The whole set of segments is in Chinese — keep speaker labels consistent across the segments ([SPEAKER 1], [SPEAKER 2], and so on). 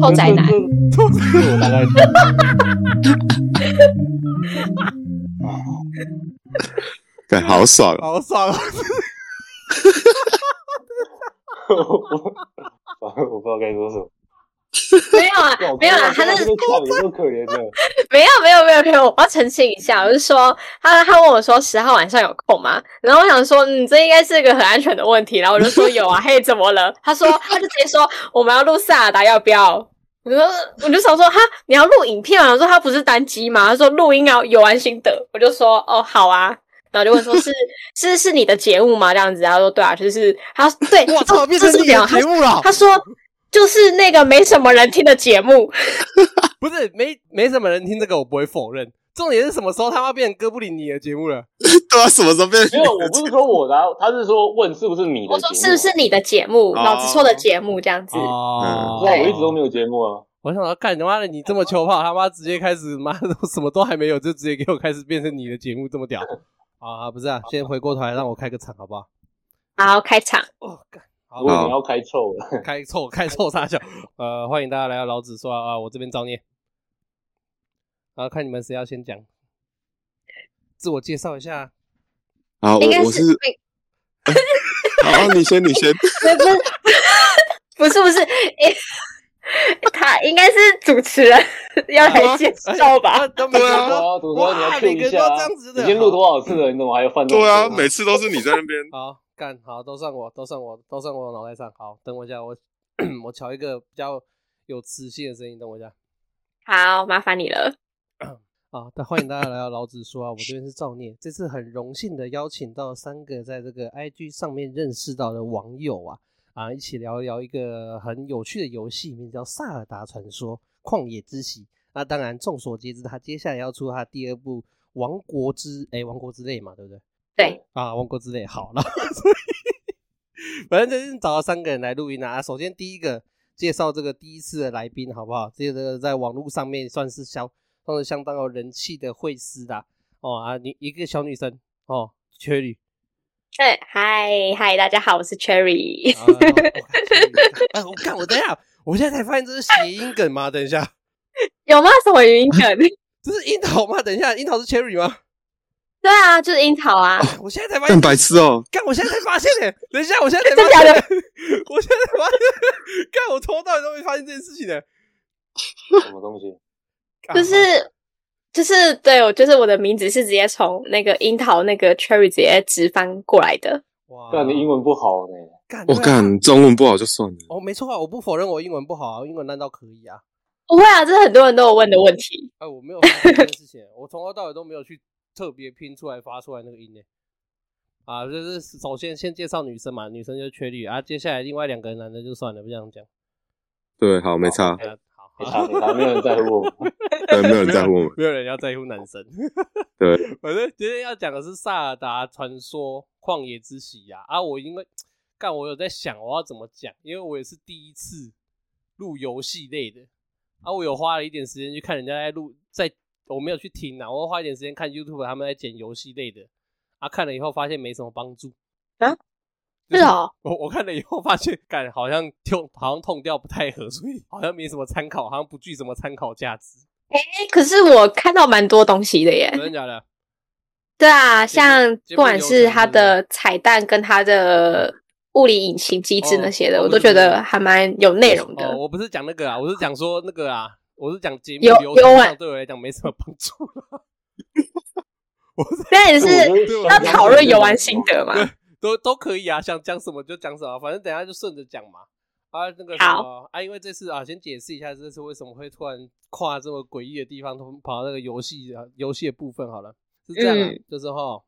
[SPEAKER 1] 臭宅男，
[SPEAKER 2] 我大概
[SPEAKER 3] 对，好爽哦！
[SPEAKER 4] 好爽啊！
[SPEAKER 2] 我我不知道该说什么。
[SPEAKER 1] 没有啊，没有啊，他
[SPEAKER 2] 那
[SPEAKER 1] 是
[SPEAKER 2] 个笑有够可怜的，
[SPEAKER 1] 没有啊没有没有没有，我要澄清一下，我是说他他问我说十号晚上有空吗？然后我想说，嗯，这应该是一个很安全的问题，然后我就说有啊，嘿，怎么了？他说他就直接说我们要录萨尔达，要不要？我说我就想说哈，你要录影片啊？我说他不是单机吗？他说录音啊，有完心得。我就说哦，好啊。然后就问说 是是是你的节目吗？这样子，他说对啊，就是他对，
[SPEAKER 4] 我操，
[SPEAKER 1] 哦
[SPEAKER 4] 变成
[SPEAKER 1] 这是
[SPEAKER 4] 你的
[SPEAKER 1] 表他
[SPEAKER 4] 节目了，
[SPEAKER 1] 他说就是那个没什么人听的节目，
[SPEAKER 4] 不是没没什么人听这个，我不会否认。重点是什么时候他妈变成哥布林你的节目了？
[SPEAKER 3] 对啊，什么时候变
[SPEAKER 2] 没
[SPEAKER 3] 成
[SPEAKER 2] 有，我不是说我的啊，他是说问是不是你的节目啊。
[SPEAKER 1] 我说是不是你的节目？
[SPEAKER 3] 哦
[SPEAKER 1] 老子说的节目这样子。
[SPEAKER 4] 哦
[SPEAKER 2] 不知道，我一直都没有节目啊。
[SPEAKER 4] 我想要干他妈的，你这么球炮，他妈直接开始妈的什么都还没有，就直接给我开始变成你的节目这么 屌啊！不是啊，先回过头来让我开个场好不好？
[SPEAKER 1] 好，开场。
[SPEAKER 4] 哦，干好
[SPEAKER 2] 如，果你要开臭了，
[SPEAKER 4] 开臭开臭傻笑，呃，欢迎大家来到老子说啊，我这边造孽。啊，看你们谁要先讲，自我介绍一下。
[SPEAKER 3] 好，
[SPEAKER 1] 应该
[SPEAKER 3] 我我 是
[SPEAKER 1] 没
[SPEAKER 3] 好，啊你先，你先。
[SPEAKER 1] 没不是不是不是，诶他应该是主持人要
[SPEAKER 4] 啊
[SPEAKER 1] 来介绍
[SPEAKER 2] 哎
[SPEAKER 1] 吧？
[SPEAKER 4] 都没
[SPEAKER 3] 对啊
[SPEAKER 2] 对啊，赌说你
[SPEAKER 4] 哇
[SPEAKER 2] 要
[SPEAKER 4] 每
[SPEAKER 2] 听
[SPEAKER 4] 个
[SPEAKER 2] 一
[SPEAKER 4] 人都
[SPEAKER 2] 下啊。
[SPEAKER 4] 这样子的，
[SPEAKER 2] 已经录多少次了？你怎么还犯这种
[SPEAKER 3] 对啊，
[SPEAKER 2] 错误
[SPEAKER 3] 每次都是你在那边。
[SPEAKER 4] 好，干好，都算我，都算我，都算我脑袋上。好，等我一下，我 我调一个比较有磁性的声音，等我一下。
[SPEAKER 1] 好，麻烦你了。
[SPEAKER 4] 啊，但欢迎大家来到老子说啊，我这边是赵念，这次很荣幸的邀请到三个在这个 IG 上面认识到的网友啊啊，一起聊一聊一个很有趣的游戏，名字叫《萨尔达传说：旷野之息》。那当然，众所皆知，他接下来要出他第二部《王国之》哎，《王国之泪》嘛，对不对？
[SPEAKER 1] 对
[SPEAKER 4] 啊，《王国之泪》好了，然后所以 反正就是找了三个人来录音啊。首先第一个介绍这个第一次的来宾，好不好？这个在网络上面算是小算是相当有人气的会师啦。哦啊，你一个小女生哦，缺女。
[SPEAKER 1] 对，哎嗨嗨，大家好，我是 Cherry。
[SPEAKER 4] 啊然后哦缺女哎，我看我等一下，我现在才发现这是谐音梗吗？等一下，
[SPEAKER 1] 有吗？什么语音梗？
[SPEAKER 4] 这是樱桃吗？等一下，樱桃是 Cherry 吗？
[SPEAKER 1] 对啊，就是樱桃啊。
[SPEAKER 4] 我现在才发现
[SPEAKER 3] 干，白痴哦！
[SPEAKER 4] 干，我现在才发现哎、等一下，我现在才
[SPEAKER 1] 真
[SPEAKER 4] 发
[SPEAKER 1] 假
[SPEAKER 4] 现，
[SPEAKER 1] 的
[SPEAKER 4] 我现在才发现，干，我从头到尾都没发现这件事情呢、
[SPEAKER 2] 什么东西？
[SPEAKER 4] 干
[SPEAKER 1] 就是就是对我就是我的名字是直接从那个樱桃那个 cherry 直接直翻过来的。
[SPEAKER 4] 哇，
[SPEAKER 2] 但你英文不好呢，
[SPEAKER 4] 干，
[SPEAKER 3] 我
[SPEAKER 4] 对啊，
[SPEAKER 3] 干，中文不好就算了。
[SPEAKER 4] 哦，没错啊，我不否认我英文不好啊，我英文烂到可以啊，
[SPEAKER 1] 不会啊，这是很多人都有问的问题。
[SPEAKER 4] 哎，我没有发现这件事情，我从头到尾都没有去特别拼出来发出来那个音呢、啊，就是首先先介绍女生嘛，女生就缺绿啊，接下来另外两个男的就算了，不这样讲。
[SPEAKER 3] 对，好，没差，
[SPEAKER 4] 啊好，
[SPEAKER 2] 没
[SPEAKER 4] 好，
[SPEAKER 2] 差 没差，没有人在乎我们。
[SPEAKER 3] 对，没有人在 乎我们。
[SPEAKER 4] 没有人要在乎男生。
[SPEAKER 3] 对，
[SPEAKER 4] 反正今天要讲的是《萨尔达传说：旷野之息》呀、啊。我因为干，我有在想我要怎么讲，因为我也是第一次录游戏类的啊。我有花了一点时间去看人家在录，在我没有去听啊，我花一点时间看 YouTube 他们在剪游戏类的啊。看了以后发现没什么帮助
[SPEAKER 1] 啊，
[SPEAKER 4] 就是
[SPEAKER 1] 哦，
[SPEAKER 4] 我我看了以后发现，干好像痛，好像痛调不太合，所以好像没什么参考，好像不具什么参考价值。
[SPEAKER 1] 哎，可是我看到蛮多东西的耶。
[SPEAKER 4] 真的假的？
[SPEAKER 1] 对啊，
[SPEAKER 4] 节目
[SPEAKER 1] 像
[SPEAKER 4] 节
[SPEAKER 1] 不
[SPEAKER 4] 目
[SPEAKER 1] 管
[SPEAKER 4] 流
[SPEAKER 1] 是
[SPEAKER 4] 程
[SPEAKER 1] 它
[SPEAKER 4] 是不是
[SPEAKER 1] 的彩蛋跟它的物理引擎机制那些的，
[SPEAKER 4] 哦哦
[SPEAKER 1] 我
[SPEAKER 4] 不
[SPEAKER 1] 都
[SPEAKER 4] 是
[SPEAKER 1] 觉
[SPEAKER 4] 不是
[SPEAKER 1] 得还蛮有内容的。
[SPEAKER 4] 哦，我不是讲那个啊，我是讲说那个啊，我是讲节目
[SPEAKER 1] 有
[SPEAKER 4] 流程
[SPEAKER 1] 有
[SPEAKER 4] 上
[SPEAKER 1] 啊
[SPEAKER 4] 对我来讲没什么帮助。
[SPEAKER 1] 但也是
[SPEAKER 2] 我觉得
[SPEAKER 1] 要讨论游玩心得嘛。
[SPEAKER 4] 都都可以啊，想讲什么就讲什么，反正等一下就顺着讲嘛。啊，那个什
[SPEAKER 1] 好
[SPEAKER 4] 么啊，因为这次啊，先解释一下这次为什么会突然跨这么诡异的地方，突然跑到那个游戏啊游戏的部分好了，是这样啊，
[SPEAKER 1] 嗯
[SPEAKER 4] 就是哈，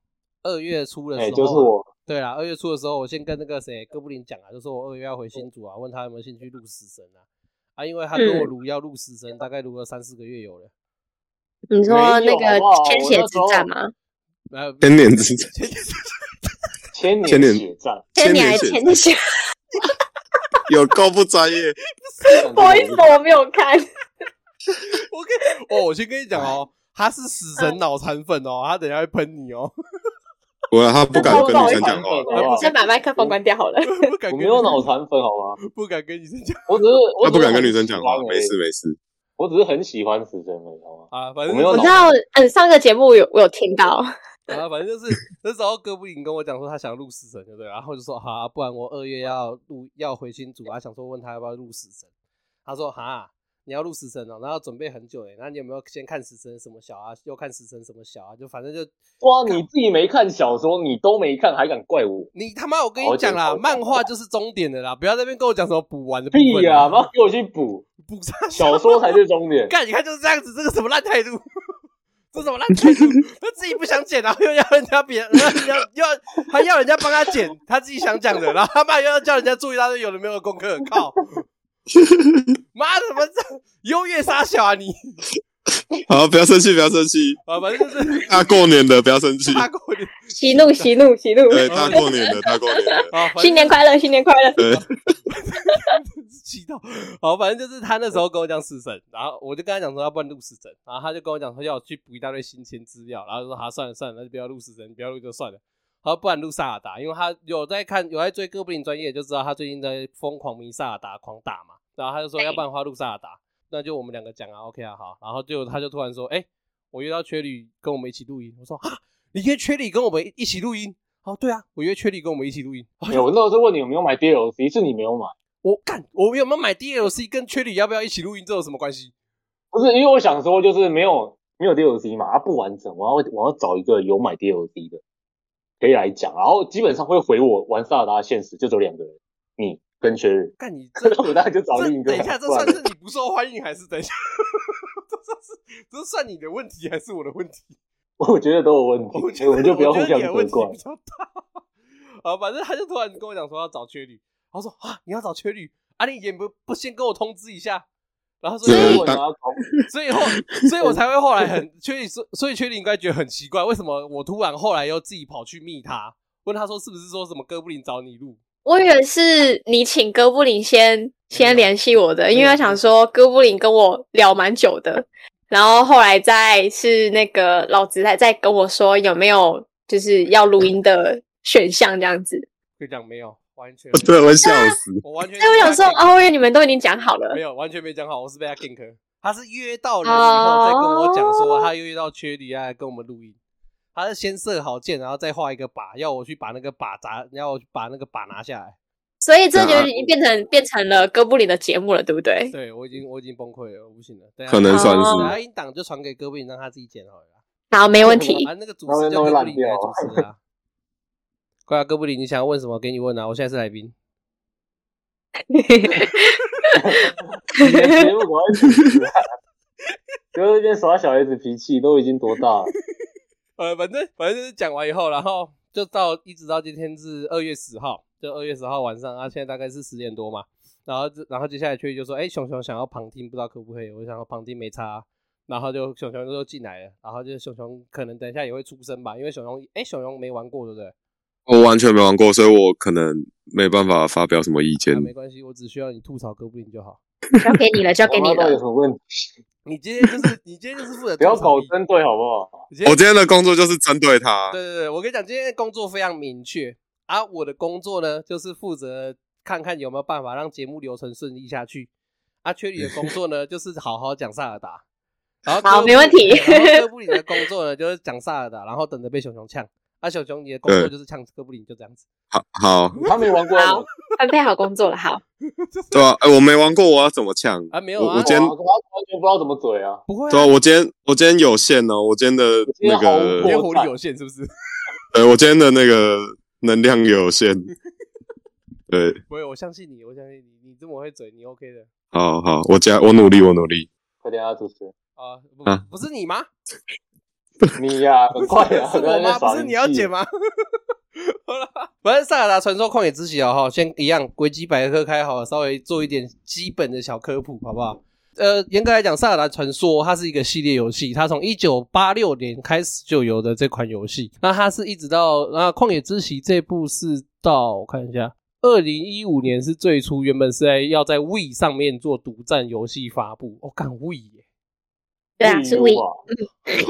[SPEAKER 4] 二月初的时
[SPEAKER 2] 哎，
[SPEAKER 4] 候啊、
[SPEAKER 2] 就是我，
[SPEAKER 4] 对啦，二月初的时候，我先跟那个谁哥布林讲啊，就说我二月要回新竹啊，问他有没有兴趣录死神啊。啊，因为他
[SPEAKER 1] 嗯
[SPEAKER 4] 跟我撸要录死神，大概撸了三四个月有了。
[SPEAKER 1] 你说
[SPEAKER 2] 没
[SPEAKER 1] 那
[SPEAKER 2] 有
[SPEAKER 1] 个
[SPEAKER 2] 好不好
[SPEAKER 1] 《
[SPEAKER 2] 我
[SPEAKER 1] 千
[SPEAKER 2] 那
[SPEAKER 1] 血
[SPEAKER 2] 时
[SPEAKER 1] 之
[SPEAKER 2] 候
[SPEAKER 1] 战》吗？
[SPEAKER 4] 呃，
[SPEAKER 3] 千年之
[SPEAKER 4] 前
[SPEAKER 2] 千
[SPEAKER 3] 千
[SPEAKER 2] 年
[SPEAKER 3] 年
[SPEAKER 2] 血战，
[SPEAKER 1] 千
[SPEAKER 3] 千
[SPEAKER 1] 年
[SPEAKER 3] 年
[SPEAKER 1] 还
[SPEAKER 3] 血
[SPEAKER 1] 千年血，
[SPEAKER 3] 有够不专业。
[SPEAKER 1] 不好意思，我没有看。
[SPEAKER 4] 我
[SPEAKER 2] 哎
[SPEAKER 4] 跟哦，我先跟你讲哦，他是死神脑残粉哦，他等一下会喷你哦。
[SPEAKER 3] 我他不敢跟女生讲话，
[SPEAKER 2] 好不好
[SPEAKER 1] 我先把麦克风关掉好了。
[SPEAKER 4] 不敢
[SPEAKER 2] 我
[SPEAKER 4] 跟
[SPEAKER 2] 没有脑残粉好吗？
[SPEAKER 4] 不敢跟女生讲
[SPEAKER 2] 我只是我
[SPEAKER 3] 他
[SPEAKER 2] 只
[SPEAKER 3] 不
[SPEAKER 2] 是
[SPEAKER 3] 敢跟
[SPEAKER 2] 很
[SPEAKER 3] 女生讲话
[SPEAKER 2] 喜，欢而
[SPEAKER 3] 没
[SPEAKER 2] 已
[SPEAKER 3] 事没事。
[SPEAKER 2] 我只是很喜欢死神而已，好吗？
[SPEAKER 4] 啊，反正
[SPEAKER 2] 我没有
[SPEAKER 1] 我
[SPEAKER 2] 脑
[SPEAKER 1] 知道，嗯，上个节目有我有听到，
[SPEAKER 4] 啊，反正就是那时候哥布林跟我讲说他想录死神，对不对？然后我就说好、啊，不然我二月要录要回新竹啊，想说问他要不要录死神。他说哈、你要录死神哦，然后准备很久哎，那你有没有先看死神什么小啊，又看死神什么小啊？就反正就
[SPEAKER 2] 哇，你自己没看小说，你都没看，还敢怪我？
[SPEAKER 4] 你他妈，我跟
[SPEAKER 2] 好
[SPEAKER 4] 你
[SPEAKER 2] 我觉
[SPEAKER 4] 讲
[SPEAKER 2] 得
[SPEAKER 4] 啦，
[SPEAKER 2] 好
[SPEAKER 4] 漫画就是终点的啦，不要在那边跟我讲什么补完的部
[SPEAKER 2] 屁
[SPEAKER 4] 分
[SPEAKER 2] 呀、
[SPEAKER 4] 啊，
[SPEAKER 2] 啊！妈给我去补
[SPEAKER 4] 补上
[SPEAKER 2] 小说才是终点。
[SPEAKER 4] 干，你看就是这样子，这个什么烂态度， 这什么烂态度？他自己不想剪，然后又要人家别人，然后人家又要还要人家帮他剪，他自己想讲的，然后他妈又要叫人家注意他堆有的没有的功课，靠！妈怎么这优越杀小啊你
[SPEAKER 3] 好，不要生气，不要生气。
[SPEAKER 4] 啊，反正 就是
[SPEAKER 3] 他过年的，不要生气。
[SPEAKER 4] 大过年
[SPEAKER 1] 息怒，息怒，息怒。
[SPEAKER 3] 对他过年的，他过年的。
[SPEAKER 4] 啊，反正
[SPEAKER 1] 新年快乐，新年快乐！
[SPEAKER 3] 对，
[SPEAKER 4] 气到。 好，反正就是他那时候跟我讲死神，然后我就跟他讲说要不然录死神，然后他就跟我讲说要我去补一大堆新签资料，然后就说好、算了算了，那就不要录死神，不要录就算了。好，不然录萨尔达，因为他有在看，有在追哥布林专业，就知道他最近在疯狂迷萨尔达，狂打嘛。然后他就说，
[SPEAKER 1] 对
[SPEAKER 4] 要不然花录萨尔达，那就我们两个讲啊，OK 啊，好。然后就他就突然说，哎、我约到缺里跟我们一起录音。我说啊，你约缺里跟我们一起录音？哦，对啊，我约缺里跟我们一起录音。
[SPEAKER 2] 哎我那时候是问你有没有买 DLC，是你没有买，
[SPEAKER 4] 我干，我们有没有买 DLC 跟缺里要不要一起录音，这有什么关系？
[SPEAKER 2] 不是因为我想说就是没有没有 DLC 嘛，它啊不完整，我要我要找一个有买 DLC 的可以来讲，然后基本上会回我玩萨尔达的现实就只有两个人，你跟薛日，
[SPEAKER 4] 干你这
[SPEAKER 2] 那 我当然就找
[SPEAKER 4] 这
[SPEAKER 2] 另一个。啊
[SPEAKER 4] 等一下，这
[SPEAKER 2] 不然
[SPEAKER 4] 算是你不受欢迎还是等一下？ 这算是这算你的问题还是我的问题？
[SPEAKER 2] 我觉得都有问题，
[SPEAKER 4] 我觉
[SPEAKER 2] 所
[SPEAKER 4] 得
[SPEAKER 2] 以我们就不要互
[SPEAKER 4] 我觉得
[SPEAKER 2] 相
[SPEAKER 4] 你的问
[SPEAKER 2] 责
[SPEAKER 4] 题
[SPEAKER 2] 怪
[SPEAKER 4] 比。较大。啊，反正他就突然跟我讲说要找缺女，然后说啊你要找缺女，啊你也不不先跟我通知一下，然后说
[SPEAKER 2] 所以
[SPEAKER 3] 对
[SPEAKER 4] 所以
[SPEAKER 2] 我
[SPEAKER 4] 我
[SPEAKER 2] 拿到
[SPEAKER 4] 所以后所以我才会后来很缺女，所所以缺女应该觉得很奇怪，为什么我突然后来又自己跑去密他，问他说是不是说什么哥布林找你录？
[SPEAKER 1] 我以为是你请哥布林先先联系我的，
[SPEAKER 4] 有
[SPEAKER 1] 因为我想说哥布林跟我聊蛮久的，然后后来再是那个老子在在跟我说有没有就是要录音的选项这样子，
[SPEAKER 4] 就讲没有，完全
[SPEAKER 3] 哦对，我笑死。
[SPEAKER 4] 我完全
[SPEAKER 1] 所以我想说
[SPEAKER 4] 被他 gank
[SPEAKER 1] 哦，因为你们都已经讲好了
[SPEAKER 4] 没，有，完全没讲好，我是被他 gank。他是约到人以后再跟我讲说，
[SPEAKER 1] 哦
[SPEAKER 4] 他约到缺里啊，跟我们录音。他是先设好箭，然后再画一个靶，要我去把那个靶砸，要我去把那个靶拿下来。
[SPEAKER 1] 所以这
[SPEAKER 3] 对啊
[SPEAKER 1] 就已经变成变成了哥布林的节目了，对不对？
[SPEAKER 4] 对我已经我已经崩溃了，我不行了。对啊
[SPEAKER 3] 可能
[SPEAKER 1] 算是
[SPEAKER 4] 等下音档就传给哥布林，让他自己剪好了啦。
[SPEAKER 1] 好，没问题。
[SPEAKER 4] 啊，那个主持就哥布林来主持 啊。快啊，哥布林，你想要问什么？给你问啊，我现在是来宾。
[SPEAKER 2] 你的 节目我要主持啊，就是那边耍小孩子脾气，都已经多大了？
[SPEAKER 4] 呃，反正反正就是讲完以后，然后就到一直到今天是二月十号，就二月十号晚上啊，现在大概是十点多嘛。然后就然后接下来去就说，哎、熊熊想要旁听，不知道可不可以？我想要旁听没差啊、然后就熊熊就进来了，然后就熊熊可能等一下也会出声吧，因为熊熊哎、熊熊没玩过对不对？
[SPEAKER 3] 我完全没玩过，所以我可能没办法发表什么意见
[SPEAKER 4] 啊那、。没关系，我只需要你吐槽哥布林就好。
[SPEAKER 1] 交给你了，交给你
[SPEAKER 2] 我妈到底有
[SPEAKER 1] 了
[SPEAKER 2] 什。么问题？
[SPEAKER 4] 你今天就是你今天就是负责
[SPEAKER 2] 不要
[SPEAKER 4] 吐槽
[SPEAKER 2] 搞
[SPEAKER 4] 你
[SPEAKER 2] 针对好不好？
[SPEAKER 4] 你今天
[SPEAKER 3] 我今天的工作就是针对他，
[SPEAKER 4] 对对对，我跟你讲，今天的工作非常明确啊。我的工作呢，就是负责看看有没有办法让节目流程顺利下去。啊，缺里的工 作呢，就是好好讲萨尔达。然后
[SPEAKER 1] 好
[SPEAKER 4] 哥布
[SPEAKER 1] 没问题
[SPEAKER 4] 然后哥布林的工作呢，就是讲萨尔达，然后等着被熊熊呛。啊，熊熊你的工作
[SPEAKER 3] 对
[SPEAKER 4] 就是呛哥布林，就这样子。
[SPEAKER 3] 好好，
[SPEAKER 2] 他没玩过，
[SPEAKER 1] 好分配好工作了，好。
[SPEAKER 3] 对吧？哎，我没玩过，我要怎么呛？
[SPEAKER 4] 啊，没有
[SPEAKER 3] 我
[SPEAKER 4] 啊，
[SPEAKER 3] 我今天
[SPEAKER 2] 哇他完全不知道怎么嘴啊！
[SPEAKER 4] 不会
[SPEAKER 3] 对啊，
[SPEAKER 4] 啊，
[SPEAKER 3] 我今天我今天有限哦，我今天的那
[SPEAKER 4] 今
[SPEAKER 3] 个
[SPEAKER 4] 天
[SPEAKER 2] 我，
[SPEAKER 4] 火力有限，是不 是？
[SPEAKER 3] 对我今天的那个能量有限。对，
[SPEAKER 4] 不会，我相信你，我相信你，你这么会嘴，你 OK 的
[SPEAKER 3] 好好，我加我努力，我努 力。
[SPEAKER 2] 快点啊，主持人，
[SPEAKER 4] 啊？不
[SPEAKER 3] 啊
[SPEAKER 4] 不是你吗？
[SPEAKER 2] 你 呀，很快啊！
[SPEAKER 4] 是我吗？不是你要剪
[SPEAKER 2] 剪？
[SPEAKER 4] 吗？ 好了，反正《塞尔达传说：旷野之息》啊，哈，先一样维基百科开好了，稍微做一点基本的小科普，好不好？呃，严格来讲，《塞尔达传说》它是一个系列游戏，它从一九八六年开始就有的这款游戏。那它是一直到那《旷野之息》这部是到我看一下，二零一五年是最初原本是在要在 We 上面做独占游戏发布。我、哦、干 We 耶、
[SPEAKER 1] 对啊，是 We。
[SPEAKER 2] 哇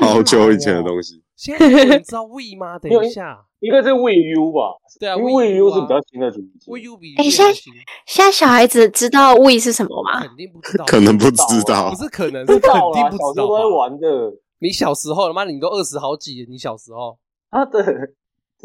[SPEAKER 3] 好久以前的东西，
[SPEAKER 4] 现在有人知道 We 吗？等
[SPEAKER 2] 没有
[SPEAKER 4] 一 下
[SPEAKER 2] 应该是 WiiU 吧？
[SPEAKER 4] 对啊
[SPEAKER 2] 因
[SPEAKER 4] Wii
[SPEAKER 2] 为
[SPEAKER 4] U
[SPEAKER 2] WiiU
[SPEAKER 4] 啊
[SPEAKER 2] 是比较新的主机。
[SPEAKER 4] ，We U 比
[SPEAKER 1] 哎
[SPEAKER 4] Wii
[SPEAKER 1] 现在
[SPEAKER 4] 还新
[SPEAKER 1] 现在小孩子知道 we 是什么吗？
[SPEAKER 4] 肯定不知道，
[SPEAKER 3] 可能不知
[SPEAKER 4] 啊不
[SPEAKER 3] 道。
[SPEAKER 4] 是可能
[SPEAKER 2] 啊不
[SPEAKER 4] 是
[SPEAKER 2] 知
[SPEAKER 4] 肯
[SPEAKER 2] 道
[SPEAKER 4] 定
[SPEAKER 2] 啦，
[SPEAKER 4] 不
[SPEAKER 2] 小
[SPEAKER 4] 知
[SPEAKER 2] 时候都在
[SPEAKER 4] 道吧。
[SPEAKER 2] 玩的。
[SPEAKER 4] 你小时候，他妈你都二十好几了，你小时候。
[SPEAKER 2] 他的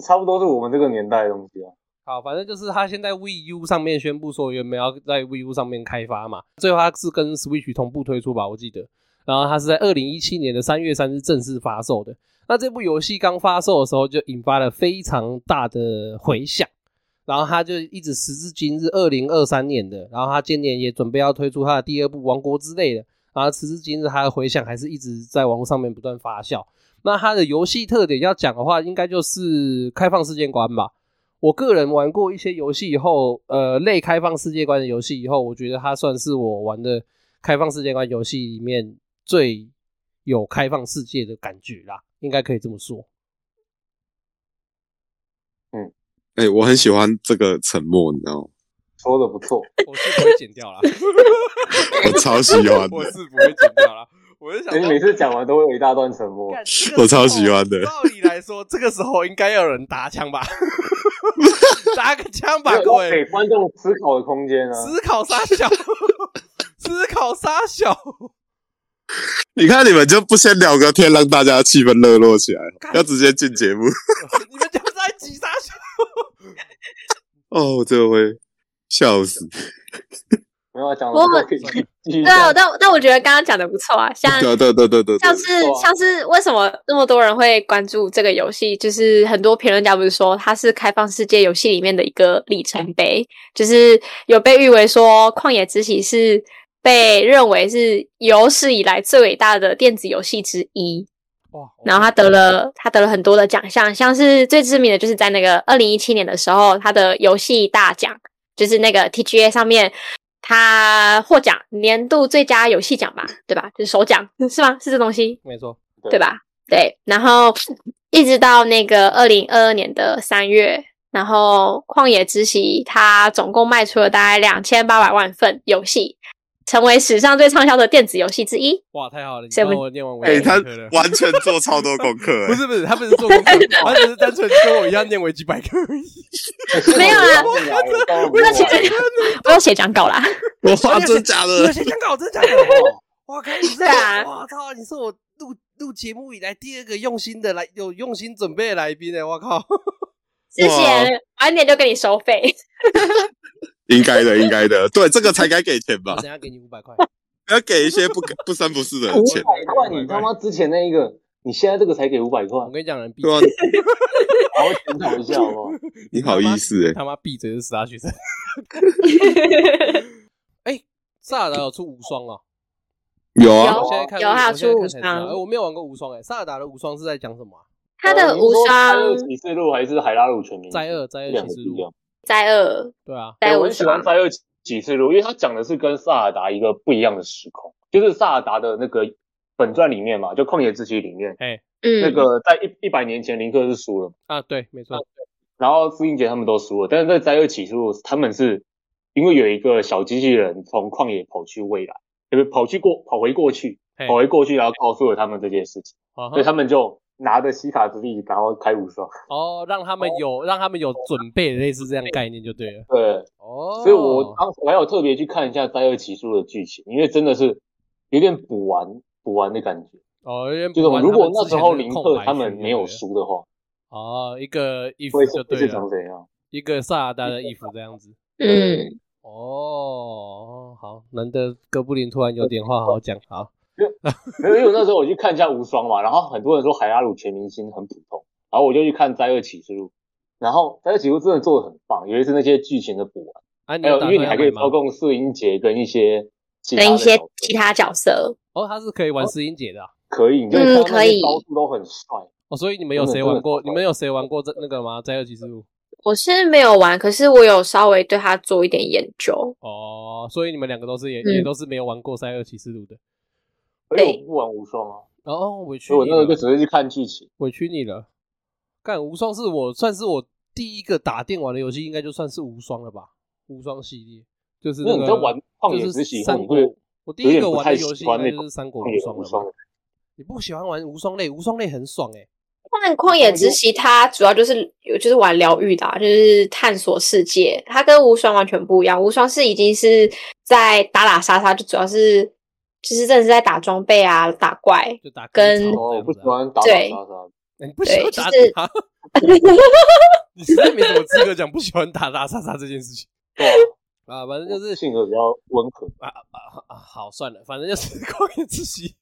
[SPEAKER 2] 差不多是我们这个年代的东西啊。
[SPEAKER 4] 好，反正就是他现在 Wii U 上面宣布说原本要在 Wii U 上面开发嘛，最后他是跟 Switch 同步推出吧，我记得。然后它是在二零一七年的三月三日正式发售的。那这部游戏刚发售的时候就引发了非常大的回响，然后它就一直时至今日二零二三年的，然后它今年也准备要推出它的第二部《王国》之类的，然后时至今日它的回响还是一直在网络上面不断发酵。那它的游戏特点要讲的话，应该就是开放世界观吧。我个人玩过一些游戏以后，呃，类开放世界观的游戏以后，我觉得它算是我玩的开放世界观游戏里面最有开放世界的感觉啦，应该可以这么说。
[SPEAKER 3] 哎、我很喜欢这个沉默，你知道吗？
[SPEAKER 2] 说的不 错，
[SPEAKER 4] 我是不会剪掉 啦，
[SPEAKER 3] 我超喜 欢
[SPEAKER 4] 我
[SPEAKER 3] 的，
[SPEAKER 4] 是不会剪掉啦。我是想
[SPEAKER 2] 你
[SPEAKER 4] 说，
[SPEAKER 2] 每次讲完都会有一大段沉默。
[SPEAKER 4] 干这个
[SPEAKER 3] 我超
[SPEAKER 4] 时候
[SPEAKER 3] 喜欢的
[SPEAKER 4] 照理来说，这个时候应该要有人打枪吧？ 打个枪吧，
[SPEAKER 2] 没有
[SPEAKER 4] 各
[SPEAKER 2] 要
[SPEAKER 4] 位
[SPEAKER 2] 给，观众思考的空间啊！
[SPEAKER 4] 思考傻小，思考傻小。
[SPEAKER 3] 你看你们就不先聊个天，让大家气氛热络起来，要直接进节目
[SPEAKER 4] 你们就是在挤沙小。
[SPEAKER 3] 哦，我真的会笑死。
[SPEAKER 2] 没有啊讲的都可以
[SPEAKER 4] 我
[SPEAKER 2] 继续
[SPEAKER 1] 对啊，
[SPEAKER 2] 讲。
[SPEAKER 1] 但但我觉得刚刚讲的不错啊，像
[SPEAKER 3] 对对对对对对
[SPEAKER 1] 像，是
[SPEAKER 2] 错啊
[SPEAKER 1] 像是为什么那么多人会关注这个游戏？就是很多评论家不是说它是开放世界游戏里面的一个里程碑，就是有被誉为说《旷野之息》是被认为是有史以来最伟大的电子游戏之一。
[SPEAKER 4] 哇！
[SPEAKER 1] 然后他得了他得了很多的奖项，像是最知名的就是在那个二零一七年的时候，他的游戏大奖就是那个 TGA 上面，他获奖年度最佳游戏奖吧，对吧？就是首奖是吗？是这东西
[SPEAKER 4] 没错，
[SPEAKER 2] 对
[SPEAKER 1] 对吧？对，然后一直到那个二零二二年的三月，然后《旷野之息》它总共卖出了大概两千八百万份游戏，成为史上最畅销的电子游戏之一。
[SPEAKER 4] 哇，太好了！你
[SPEAKER 1] 所以
[SPEAKER 4] 帮
[SPEAKER 1] 我
[SPEAKER 4] 我念完维
[SPEAKER 3] 哎、
[SPEAKER 4] 基
[SPEAKER 3] 他
[SPEAKER 4] 百科了。
[SPEAKER 3] 完全做超多功 课、
[SPEAKER 4] 不
[SPEAKER 3] 哎，
[SPEAKER 4] 是不是，他不是做 功课，他只是单纯跟我一样念维基百科而已。
[SPEAKER 1] 没有啦
[SPEAKER 2] 啊
[SPEAKER 1] 那其实我有写讲稿啦。
[SPEAKER 3] 我话真假
[SPEAKER 4] 你有
[SPEAKER 3] 的，
[SPEAKER 4] 写讲稿，真假 的？哇靠！你是
[SPEAKER 1] 对啊
[SPEAKER 4] 哇操！你是我录录节目以来第二个用心的来有用心准备的来宾哎！我 靠！
[SPEAKER 1] 之
[SPEAKER 3] 哇
[SPEAKER 1] 前晚点就给你收费，
[SPEAKER 3] 应该的，应该的，对，这个才该给钱吧
[SPEAKER 4] 我等一？下给你五百块。
[SPEAKER 3] 要给一些不 给不三不四的人
[SPEAKER 2] 五
[SPEAKER 3] 钱，
[SPEAKER 2] 百块，你他妈之前那一个，你现在这个才给五百块
[SPEAKER 4] 我，跟你讲，人闭
[SPEAKER 3] 对吧
[SPEAKER 4] 嘴，？
[SPEAKER 2] 好好检讨一下好不好？
[SPEAKER 3] 你好意思哎、
[SPEAKER 4] 他妈闭嘴就是死大 学生。哎萨尔达有出无双哦，
[SPEAKER 3] 有啊，
[SPEAKER 1] 有
[SPEAKER 4] 我现在看
[SPEAKER 1] 有他有
[SPEAKER 4] 我现在
[SPEAKER 1] 出
[SPEAKER 4] 看才知
[SPEAKER 1] 无
[SPEAKER 4] 道
[SPEAKER 1] 双
[SPEAKER 4] 哎我没有玩过无双哎。萨尔达的无双是在讲什么啊？
[SPEAKER 1] 他的啊无
[SPEAKER 2] 呃你
[SPEAKER 1] 双
[SPEAKER 2] 说灾厄启示录还是海拉鲁全名？
[SPEAKER 4] 灾厄灾厄
[SPEAKER 2] 两个
[SPEAKER 4] 启
[SPEAKER 2] 不
[SPEAKER 4] 示
[SPEAKER 2] 一
[SPEAKER 4] 录
[SPEAKER 2] 样。
[SPEAKER 1] 灾厄，
[SPEAKER 4] 对啊，
[SPEAKER 1] 灾
[SPEAKER 2] 哎我
[SPEAKER 1] 无
[SPEAKER 2] 很喜欢
[SPEAKER 1] 双，
[SPEAKER 2] 灾厄启示录，因为它讲的是跟萨尔达一个不一样的时空，就是萨尔达的那个本传里面嘛，就旷野之息里面，那
[SPEAKER 1] 嗯，
[SPEAKER 2] 个在一一百年前林克是输了嘛，
[SPEAKER 4] 啊对，没
[SPEAKER 2] 嗯
[SPEAKER 4] 错，
[SPEAKER 2] 然后傅英杰他们都输了，但是在灾厄启示录，他们是因为有一个小机器人从旷野跑去未来，就是跑去过跑回过去，
[SPEAKER 4] 嘿
[SPEAKER 2] 跑回过去，然后告诉了他们这件事情，
[SPEAKER 4] 啊哈
[SPEAKER 2] 所以他们就拿着西卡之力，然后开无双。
[SPEAKER 4] 哦，让他们有让他们有准备，类似这样概念就对了。
[SPEAKER 2] 对，
[SPEAKER 4] 哦，
[SPEAKER 2] 所以我当时我还有特别去看一下《灾厄奇书》的剧情，因为真的是有点补完补完的感觉。
[SPEAKER 4] 哦，因为
[SPEAKER 2] 就是
[SPEAKER 4] 不然
[SPEAKER 2] 如
[SPEAKER 4] 他
[SPEAKER 2] 果
[SPEAKER 4] 们
[SPEAKER 2] 那
[SPEAKER 4] 之
[SPEAKER 2] 时
[SPEAKER 4] 前
[SPEAKER 2] 候
[SPEAKER 4] 的
[SPEAKER 2] 林
[SPEAKER 4] 空
[SPEAKER 2] 克
[SPEAKER 4] 白
[SPEAKER 2] 他们
[SPEAKER 4] 区就
[SPEAKER 2] 没有
[SPEAKER 4] 对了
[SPEAKER 2] 输的话，
[SPEAKER 4] 哦，一个衣服
[SPEAKER 2] 会
[SPEAKER 4] 就是
[SPEAKER 2] 会
[SPEAKER 4] 对
[SPEAKER 2] 是长
[SPEAKER 4] 了，
[SPEAKER 2] 怎样？
[SPEAKER 4] 一个萨尔 达的衣服这样子。
[SPEAKER 1] 嗯，
[SPEAKER 4] 哦，好，难得哥布林突然有点话好讲，好，
[SPEAKER 2] 没有，因为那时候我去看一下无双嘛，然后很多人说海拉鲁全明星很普通，然后我就去看《灾厄启示录》，然后《灾厄启示录》真的做的很棒，尤其是那些剧情的补完，
[SPEAKER 4] 啊，你
[SPEAKER 2] 还有
[SPEAKER 4] 打
[SPEAKER 2] 哎因为你
[SPEAKER 4] 算
[SPEAKER 2] 还
[SPEAKER 4] 要
[SPEAKER 2] 可以
[SPEAKER 4] 买吗
[SPEAKER 2] 操控四音节跟一些其他
[SPEAKER 1] 跟
[SPEAKER 2] 的
[SPEAKER 1] 一些
[SPEAKER 2] 角色
[SPEAKER 1] 其他角色，
[SPEAKER 4] 哦，他是可以玩石英姐的啊
[SPEAKER 2] 可以，你就
[SPEAKER 1] 嗯
[SPEAKER 2] 看到那
[SPEAKER 1] 可以
[SPEAKER 2] 些招数都很帅。
[SPEAKER 4] 哦，所以你们有
[SPEAKER 2] 真的
[SPEAKER 4] 谁
[SPEAKER 2] 真的
[SPEAKER 4] 玩过？
[SPEAKER 2] 超
[SPEAKER 4] 你们有谁玩过这那个吗？灾厄启示录？
[SPEAKER 1] 我是没有玩，可是我有稍微对他做一点研究，
[SPEAKER 4] 哦，所以你们两个都是也
[SPEAKER 1] 嗯
[SPEAKER 4] 也都是没有玩过灾厄启示录的。
[SPEAKER 2] 而
[SPEAKER 1] 对
[SPEAKER 2] 且我不玩无双啊，
[SPEAKER 4] 哦，委屈
[SPEAKER 2] 所以我
[SPEAKER 4] 你
[SPEAKER 2] 那时候就
[SPEAKER 4] 了，
[SPEAKER 2] 只是去看剧情。
[SPEAKER 4] 委屈你了。干无双是我算是我第一个打电玩的游戏，应该就算是无双了吧？无双系列就是
[SPEAKER 2] 因为
[SPEAKER 4] 那
[SPEAKER 2] 你
[SPEAKER 4] 个
[SPEAKER 2] 在玩旷野
[SPEAKER 4] 就
[SPEAKER 2] 之
[SPEAKER 4] 是
[SPEAKER 2] 息以后，哦
[SPEAKER 4] 三
[SPEAKER 2] 你
[SPEAKER 4] 国
[SPEAKER 2] 会。
[SPEAKER 4] 我第
[SPEAKER 2] 有
[SPEAKER 4] 一
[SPEAKER 2] 点
[SPEAKER 4] 个
[SPEAKER 2] 不
[SPEAKER 4] 玩
[SPEAKER 2] 太
[SPEAKER 4] 的
[SPEAKER 2] 喜
[SPEAKER 4] 游戏应
[SPEAKER 2] 欢那
[SPEAKER 4] 该就是三国
[SPEAKER 2] 旷野
[SPEAKER 4] 无
[SPEAKER 2] 无
[SPEAKER 4] 双了
[SPEAKER 2] 双
[SPEAKER 4] 吧。你不喜欢玩无双类，无双类很爽哎、
[SPEAKER 1] 但
[SPEAKER 2] 哦
[SPEAKER 1] 旷野之息它主要就是有就是玩疗愈的、啊，就是探索世界。它跟无双完全不一样，无双是已经是在打打杀杀，就主要是就是真的是在打装备啊，打怪。
[SPEAKER 4] 就打
[SPEAKER 1] 跟
[SPEAKER 4] 割草
[SPEAKER 2] 哦，我不喜
[SPEAKER 4] 这样子啊，
[SPEAKER 2] 欢打打
[SPEAKER 1] 对
[SPEAKER 2] 杀杀。
[SPEAKER 4] 哎你不喜欢
[SPEAKER 1] 对
[SPEAKER 4] 打
[SPEAKER 1] 就是
[SPEAKER 4] 打，你实在没什么资格讲不喜欢打打杀杀这件事情
[SPEAKER 2] 对啊，
[SPEAKER 4] 啊。反正
[SPEAKER 2] 就
[SPEAKER 4] 就是是
[SPEAKER 2] 性格比较温和。
[SPEAKER 4] 啊啊啊啊！好，算了，反正就是 旷野之息。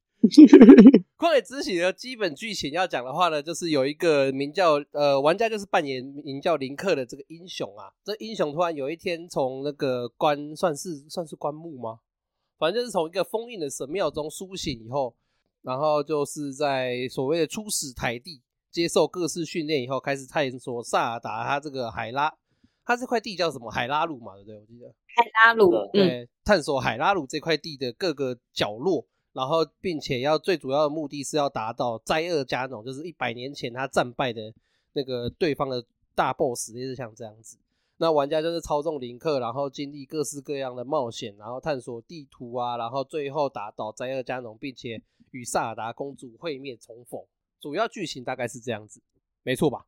[SPEAKER 4] 旷野之息的基本剧情要讲的话呢，就是有一个名叫呃玩家就是扮演名叫林克的这个英雄啊，这英雄突然有一天从那个棺算是算是棺木吗？反正就是从一个封印的神庙中苏醒以后，然后就是在所谓的初始台地接受各式训练以后，开始探索萨尔达他这个海拉，他这块地叫什么海拉鲁嘛，对不对？我记得。
[SPEAKER 1] 拉鲁，嗯，
[SPEAKER 4] 对，探索海拉鲁这块地的各个角落，然后并且要最主要的目的是要达到灾厄加农，就是一百年前他战败的那个对方的大 BOSS，类似像这样子。那玩家就是操纵林克，然后经历各式各样的冒险，然后探索地图啊，然后最后打倒灾厄加农，并且与萨尔达公主会面重逢。主要剧情大概是这样子，没错吧？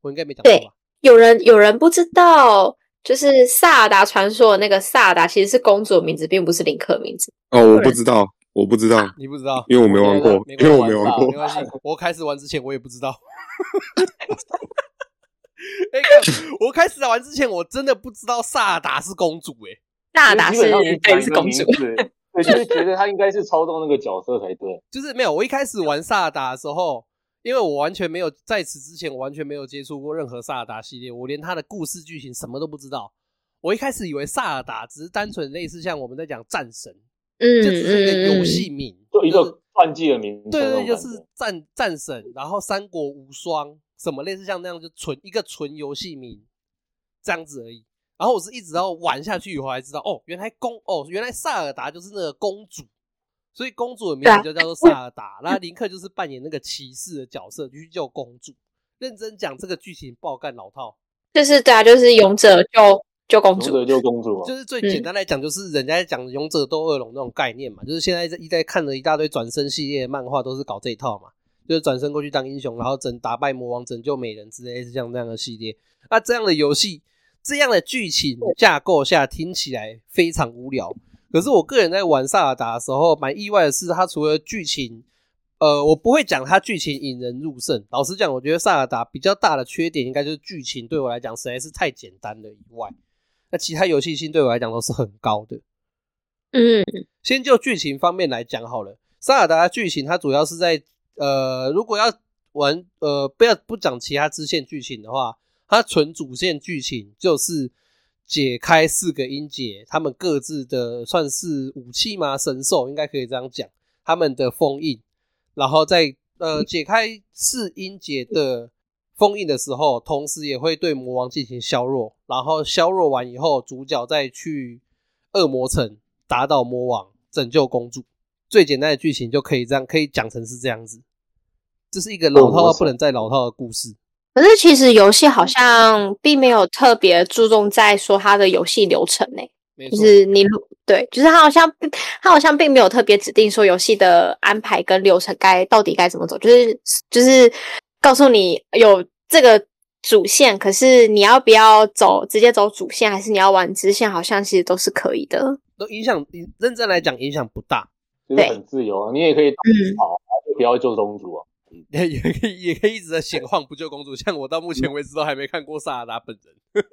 [SPEAKER 4] 我应该没讲错
[SPEAKER 1] 对
[SPEAKER 4] 吧？
[SPEAKER 1] 有人有人不知道，就是萨尔达传说的那个萨尔达其实是公主的名字，并不是林克的名字。
[SPEAKER 3] 哦，我不知道，我不知道，
[SPEAKER 4] 你不知道？
[SPEAKER 3] 因为我 没玩过
[SPEAKER 4] 没，
[SPEAKER 3] 因为我
[SPEAKER 4] 关系
[SPEAKER 3] 没玩过
[SPEAKER 4] 没。关系，我开始玩之前我也不知道。 哎、看我开始玩之前，我真的不知道萨达是公主哎、
[SPEAKER 1] 萨尔
[SPEAKER 2] 因为
[SPEAKER 1] 达是对
[SPEAKER 2] 基本上是讲一
[SPEAKER 1] 是
[SPEAKER 2] 个
[SPEAKER 1] 公
[SPEAKER 2] 名
[SPEAKER 1] 主
[SPEAKER 2] 字，，对，就是觉得他应该是操纵那个角色才对。
[SPEAKER 4] 就是没有。我一开始玩萨达的时候，因为我完全没有在此之前，我完全没有接触过任何萨达系列，我连它的故事剧情什么都不知道。我一开始以为萨达只是单纯类似像我们在讲战神，
[SPEAKER 1] 嗯
[SPEAKER 4] 就只是
[SPEAKER 1] 嗯
[SPEAKER 4] 一个游
[SPEAKER 1] 嗯
[SPEAKER 4] 戏名，
[SPEAKER 2] 就一
[SPEAKER 4] 是
[SPEAKER 2] 个传记的名字，
[SPEAKER 4] 对对，就是战战神，然后三国无双，什么类似像那样，就纯一个纯游戏名这样子而已。然后我是一直要玩下去以后才知道，哦，原来公哦，原来萨尔达就是那个公主，所以公主的名字就叫做萨尔达。那林克就是扮演那个骑士的角色去救公主。认真讲这个剧情爆干老套，
[SPEAKER 1] 就是对啊，就是勇者救救公
[SPEAKER 2] 勇
[SPEAKER 1] 主，
[SPEAKER 2] 者救公主嘛
[SPEAKER 4] 就。是最简单来讲，就是人家在讲勇者斗恶龙那种概念嘛，就是现在一在看的一大堆转身系列的漫画都是搞这一套嘛，就是转身过去当英雄，然后整打败魔王、拯救美人之类是像这样的系列。那这样的游戏，这样的剧情架构下听起来非常无聊。可是我个人在玩萨尔达的时候，蛮意外的是，它除了剧情，呃，我不会讲它剧情引人入胜。老实讲，我觉得萨尔达比较大的缺点应该就是剧情对我来讲实在是太简单了以外，那其他游戏性对我来讲都是很高的。
[SPEAKER 1] 嗯，
[SPEAKER 4] 先就剧情方面来讲好了，《萨尔达》的剧情它主要是在呃，如果要玩呃，不要不讲其他支线剧情的话，它纯主线剧情就是解开四个音节，他们各自的算是武器吗？神兽应该可以这样讲，他们的封印，然后在呃解开四音节的封印的时候，同时也会对魔王进行削弱，然后削弱完以后，主角再去恶魔城打倒魔王，拯救公主。最简单的剧情就可以这样，可以讲成是这样子。这是一个老套到不能再老套的故事。
[SPEAKER 1] 可是其实游戏好像并没有特别注重在说它的游戏流程呢、欸
[SPEAKER 4] 没
[SPEAKER 1] 就
[SPEAKER 4] 错，
[SPEAKER 1] 是你如对，就是它好像它好像并没有特别指定说游戏的安排跟流程该到底该怎么走，就是就是告诉你有这个主线，可是你要不要走直接走主线，还是你要玩支线，好像其实都是可以的。
[SPEAKER 4] 都影响认真来讲影响不大，
[SPEAKER 2] 就是很自由啊，你也可以
[SPEAKER 1] 嗯，
[SPEAKER 2] 跑，不要救公主 啊。
[SPEAKER 4] 也可以也可以一直在闲晃不救公主。像我到目前为止都还没看过萨尔达本人，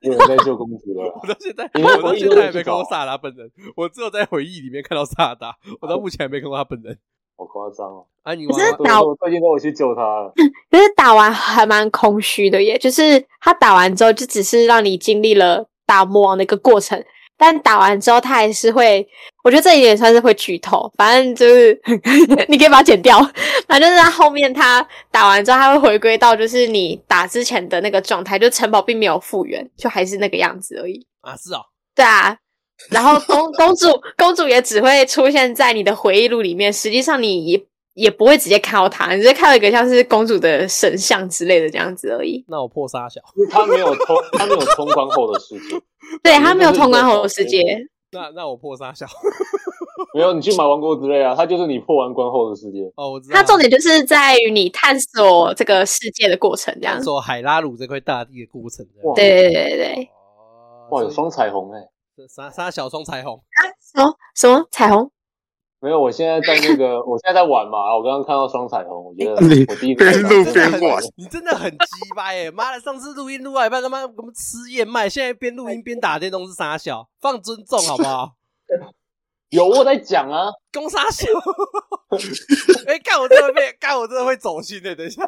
[SPEAKER 2] 有人在救公主了啦
[SPEAKER 4] 我到现在
[SPEAKER 2] 你
[SPEAKER 4] 我
[SPEAKER 2] 们
[SPEAKER 4] 到
[SPEAKER 2] 回忆
[SPEAKER 4] 现
[SPEAKER 2] 都
[SPEAKER 4] 在还
[SPEAKER 2] 没
[SPEAKER 4] 没
[SPEAKER 2] 去
[SPEAKER 4] 看过
[SPEAKER 2] 找啊
[SPEAKER 4] 萨尔达本人，我只有在回忆里面看到萨尔达，我到目前还没看过他本人。
[SPEAKER 2] 好夸张 哦！
[SPEAKER 4] 啊，你玩
[SPEAKER 1] 可
[SPEAKER 4] 玩
[SPEAKER 1] 是
[SPEAKER 2] 对
[SPEAKER 1] 打
[SPEAKER 2] 我最近都有去救她了，
[SPEAKER 1] 可是打完还蛮空虚的耶，就是他打完之后就只是让你经历了打魔王的一个过程，但打完之后他还是会，我觉得这一点算是会剧透，反正就是 你可以把它剪掉，反正就是他后面他打完之后他会回归到就是你打之前的那个状态，就城堡并没有复原，就还是那个样子而已。
[SPEAKER 4] 啊，是啊、
[SPEAKER 1] 对啊，然后公公主公主也只会出现在你的回忆录里面，实际上你也也不会直接看到她，你只是看到一个像是公主的神像之类的这样子而已。
[SPEAKER 4] 那我破沙小，
[SPEAKER 2] 因为她没有 通，她没有通关后的事情。
[SPEAKER 1] 对，她没有通关后的世界，
[SPEAKER 4] 那那我破沙小，
[SPEAKER 2] 没有，你去买《王国之泪》啊，它就是你破完关后的世界。
[SPEAKER 4] 哦，我知道。
[SPEAKER 1] 它重点就是在于你探索这个世界的过程，这样
[SPEAKER 4] 探。索海拉鲁这块大地的过程。这样
[SPEAKER 2] 哇
[SPEAKER 1] 对对对对，
[SPEAKER 4] 哦
[SPEAKER 2] 哇，
[SPEAKER 4] 所以
[SPEAKER 2] 有双彩虹哎、
[SPEAKER 4] 啥啥小松彩虹，
[SPEAKER 1] 什么什么彩虹？
[SPEAKER 2] 没有，我现在在那个， 我现在在玩嘛，我刚刚看到双彩虹，我觉得
[SPEAKER 3] 你
[SPEAKER 2] 我第一个
[SPEAKER 3] 边 录
[SPEAKER 4] 真的
[SPEAKER 3] 边
[SPEAKER 4] 很
[SPEAKER 3] 玩
[SPEAKER 4] 你真的很鸡掰耶！妈的，上次录音录到一半，他妈我们吃燕麦，现在边录音边打电动是傻小，放尊重好不好？
[SPEAKER 2] 有我在讲啊，
[SPEAKER 4] 攻傻小，哎，干我真的被干我真的会走心的，等一下，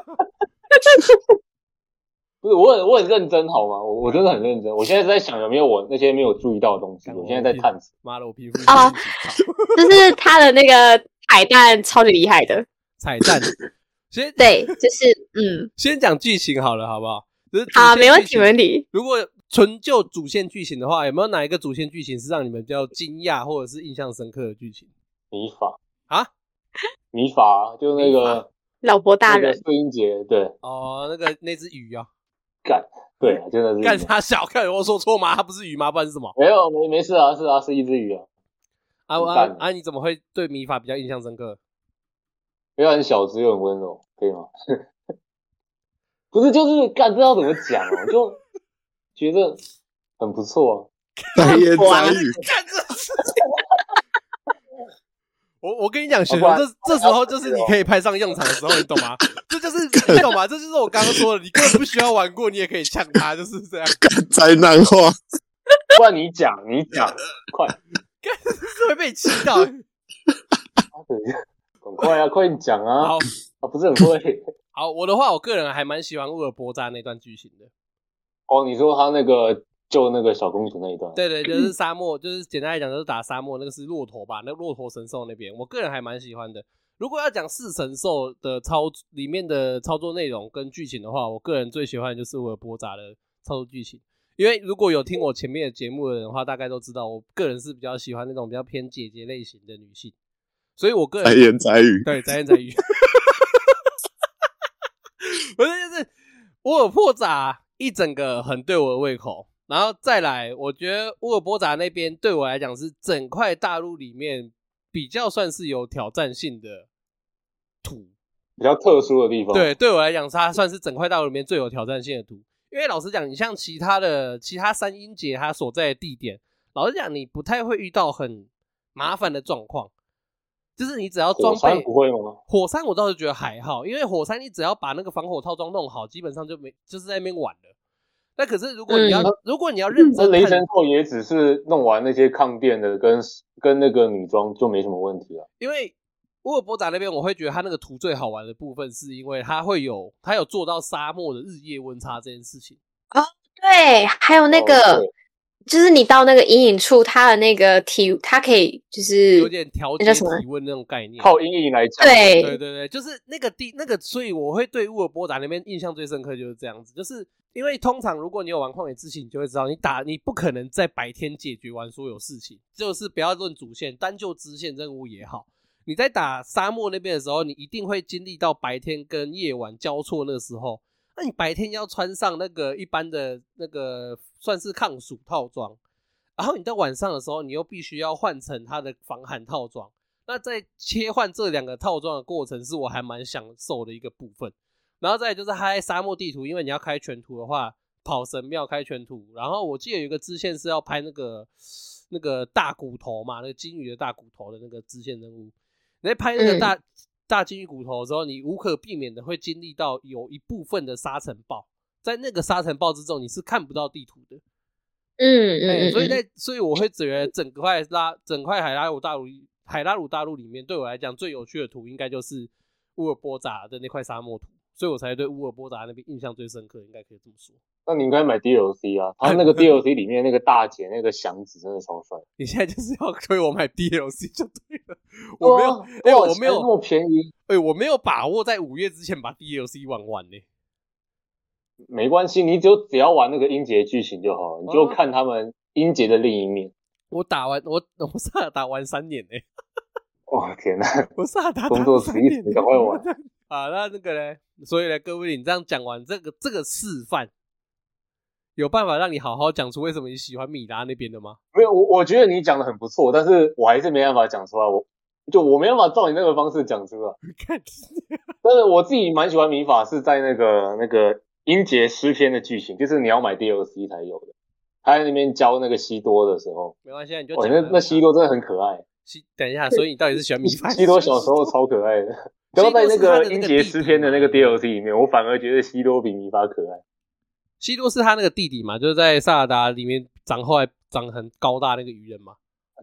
[SPEAKER 2] 不是我很我很认真好吗？我我真的很认真，我现在在想有没有我那些没有注意到的东西，
[SPEAKER 4] 干
[SPEAKER 2] 我现在在探索。
[SPEAKER 4] 妈的，我皮肤
[SPEAKER 1] 啊
[SPEAKER 4] 已经起泡
[SPEAKER 1] 就是它的那个彩蛋超级厉害的。
[SPEAKER 4] 彩蛋，先
[SPEAKER 1] 对，就是嗯，
[SPEAKER 4] 先讲剧情好了，好不好？就是主
[SPEAKER 1] 好，啊
[SPEAKER 4] 线
[SPEAKER 1] 没问
[SPEAKER 4] 剧
[SPEAKER 1] 题，
[SPEAKER 4] 情
[SPEAKER 1] 没问题。
[SPEAKER 4] 如果纯就主线剧情的话，有没有哪一个主线剧情是让你们比较惊讶或者是印象深刻的剧情？
[SPEAKER 2] 米法
[SPEAKER 4] 啊，
[SPEAKER 2] 米法啊就是那个
[SPEAKER 1] 老婆大
[SPEAKER 2] 那个
[SPEAKER 1] 人，
[SPEAKER 2] 摄影节，对，
[SPEAKER 4] 哦，那个那只鱼啊，
[SPEAKER 2] 干，对啊，真的是
[SPEAKER 4] 干
[SPEAKER 2] 一个
[SPEAKER 4] 他小，看我说错吗？它不是鱼吗？不然是什么？
[SPEAKER 2] 没有没没事啊，是啊，是一只鱼啊，
[SPEAKER 4] 啊
[SPEAKER 2] 完蛋
[SPEAKER 4] 啊
[SPEAKER 2] 了
[SPEAKER 4] 啊！你怎么会对米法比较印象深刻？
[SPEAKER 2] 没有很小只又很温柔，可以吗？ 不是，就是干，知道怎么讲哦，就觉得很不错啊
[SPEAKER 3] 大言杂语，
[SPEAKER 4] 干这是 我我跟你讲，雪
[SPEAKER 2] 不
[SPEAKER 4] 球，
[SPEAKER 2] 然
[SPEAKER 4] 这这时候就是你可以派上用场的时候，你懂吗？ 这就是你懂吗？这就是我刚刚说的，你根本不需要玩过，你也可以呛他，就是这样。
[SPEAKER 3] 灾难 化。
[SPEAKER 2] 啊。不然你讲，你讲，快，
[SPEAKER 4] 干是会被气到。
[SPEAKER 2] 很快啊，快点讲啊
[SPEAKER 4] 好！
[SPEAKER 2] 啊，不是很会
[SPEAKER 4] 好，我的话，我个人还蛮喜欢乌尔波扎那段剧情的。
[SPEAKER 2] 哦。你说他那个救那个小公主那一段，
[SPEAKER 4] 对对，就是沙漠，就是简单来讲，就是打沙漠，那个是骆驼吧？那骆驼神兽那边，我个人还蛮喜欢的。如果要讲四神兽的操里面的操作内容跟剧情的话，我个人最喜欢的就是我尔波扎的操作剧情。因为如果有听我前面的节目的人的话，大概都知道，我个人是比较喜欢那种比较偏姐姐类型的女性，所以我个人
[SPEAKER 3] 白言宅语，
[SPEAKER 4] 对，宅言宅语。不是，就是沃尔波扎一整个很对我的胃口，然后再来，我觉得沃尔波扎那边对我来讲是整块大陆里面比较算是有挑战性的土，
[SPEAKER 2] 比较特殊的地方。
[SPEAKER 4] 对，，对我来讲，它算是整块大陆里面最有挑战性的图。因为老实讲，你像其他的其他三英节它所在的地点，老实讲，你不太会遇到很麻烦的状况。就是你只要装
[SPEAKER 2] 火
[SPEAKER 4] 备
[SPEAKER 2] 山不会吗？
[SPEAKER 4] 火山我倒是觉得还好，因为火山你只要把那个防火套装弄好，基本上就没就是在那边玩了。那可是如果你要、
[SPEAKER 2] 嗯
[SPEAKER 4] 如果你要认
[SPEAKER 2] 那
[SPEAKER 4] 真
[SPEAKER 2] 雷
[SPEAKER 4] 看
[SPEAKER 2] 神后也只是弄完那些抗电的跟跟那个女装就没什么问题了。
[SPEAKER 4] 因为乌尔波达那边，我会觉得它那个图最好玩的部分，是因为它会有它有做到沙漠的日夜温差这件事情。
[SPEAKER 1] 对，还有那
[SPEAKER 2] 哦
[SPEAKER 1] 个
[SPEAKER 2] 对，
[SPEAKER 1] 就是你到那个阴影处，它的那个体，它可以就是
[SPEAKER 4] 有点调节
[SPEAKER 1] 那叫什么
[SPEAKER 4] 体温那种概念。
[SPEAKER 2] 靠阴影来讲，
[SPEAKER 1] 对
[SPEAKER 4] 对对对，就是那个地那个，所以我会对乌尔波达那边印象最深刻就是这样子，就是因为通常如果你有玩旷野之息，你就会知道，你打你不可能在白天解决完所有事情，就是不要论主线，单就支线任务也好，你在打沙漠那边的时候，你一定会经历到白天跟夜晚交错那时候，那你白天要穿上那个一般的那个算是抗暑套装，然后你到晚上的时候，你又必须要换成它的防寒套装。那在切换这两个套装的过程，是我还蛮享受的一个部分。然后再来就是它在沙漠地图，因为你要开全图的话，跑神庙开全图。然后我记得有一个支线是要拍那个那个大骨头嘛，那个金鱼的大骨头的那个支线任务。你在拍那个大、大金鱼骨头的时候，你无可避免的会经历到有一部分的沙尘暴，在那个沙尘暴之中，你是看不到地图的。
[SPEAKER 1] 嗯嗯
[SPEAKER 4] 哎，
[SPEAKER 1] 嗯，
[SPEAKER 4] 所以
[SPEAKER 1] 嗯
[SPEAKER 4] 在所以我会觉得整块拉整块海拉鲁大陆海拉鲁大陆里面，对我来讲最有趣的图应该就是乌尔波扎的那块沙漠图，所以我才对乌尔波扎那边印象最深刻，应该可以这么说。
[SPEAKER 2] 那你应该买 DLC 啊，他那个 DLC 里面那个大姐那个祥子真的超帅，
[SPEAKER 4] 你现在就是要推我买 DLC 就对了，我没
[SPEAKER 1] 哦
[SPEAKER 4] 有，哎、
[SPEAKER 2] 哇
[SPEAKER 4] 我没有
[SPEAKER 2] 那，么便宜，
[SPEAKER 4] 哎、我没有把握在五月之前把 DLC 玩完呢、
[SPEAKER 2] 没关系，你只有只要玩那个音节剧情就好了，你
[SPEAKER 4] 哦
[SPEAKER 2] 就看他们音节的另一面。
[SPEAKER 4] 我打完我我萨尔达玩三年呢、
[SPEAKER 2] 哇天哪！
[SPEAKER 4] 我萨达
[SPEAKER 2] 工作室一直赶快玩。
[SPEAKER 4] 啊，那那个嘞，所以呢，各位，你这样讲完这个这个示范，有办法让你好好讲出为什么你喜欢米拉那边的吗？
[SPEAKER 2] 没有，我我觉得你讲的很不错，但是我还是没办法讲出来，我就我没办法照你那个方式讲出来。
[SPEAKER 4] 看，
[SPEAKER 2] 但是我自己蛮喜欢米法，是在那个那个音节诗篇的剧情，就是你要买 DLC 才有的。他在那边教那个西多的时候，
[SPEAKER 4] 没关系，啊，你就
[SPEAKER 2] 哇，
[SPEAKER 4] 讲
[SPEAKER 2] 哦那
[SPEAKER 4] 了
[SPEAKER 2] 那西多真的很可爱，
[SPEAKER 4] 西等一下，所以你到底是喜 欢米饭？
[SPEAKER 2] 西多小时候超可爱的。
[SPEAKER 4] 西
[SPEAKER 2] 然
[SPEAKER 4] 多
[SPEAKER 2] 后在那
[SPEAKER 4] 是他的那
[SPEAKER 2] 个
[SPEAKER 4] 个
[SPEAKER 2] 音节诗篇的那个 DLC 里面，我反而觉得西多比米法可爱。
[SPEAKER 4] 西多是他那个弟弟嘛，就是在萨尔达里面长后来长很高大那个鱼人嘛。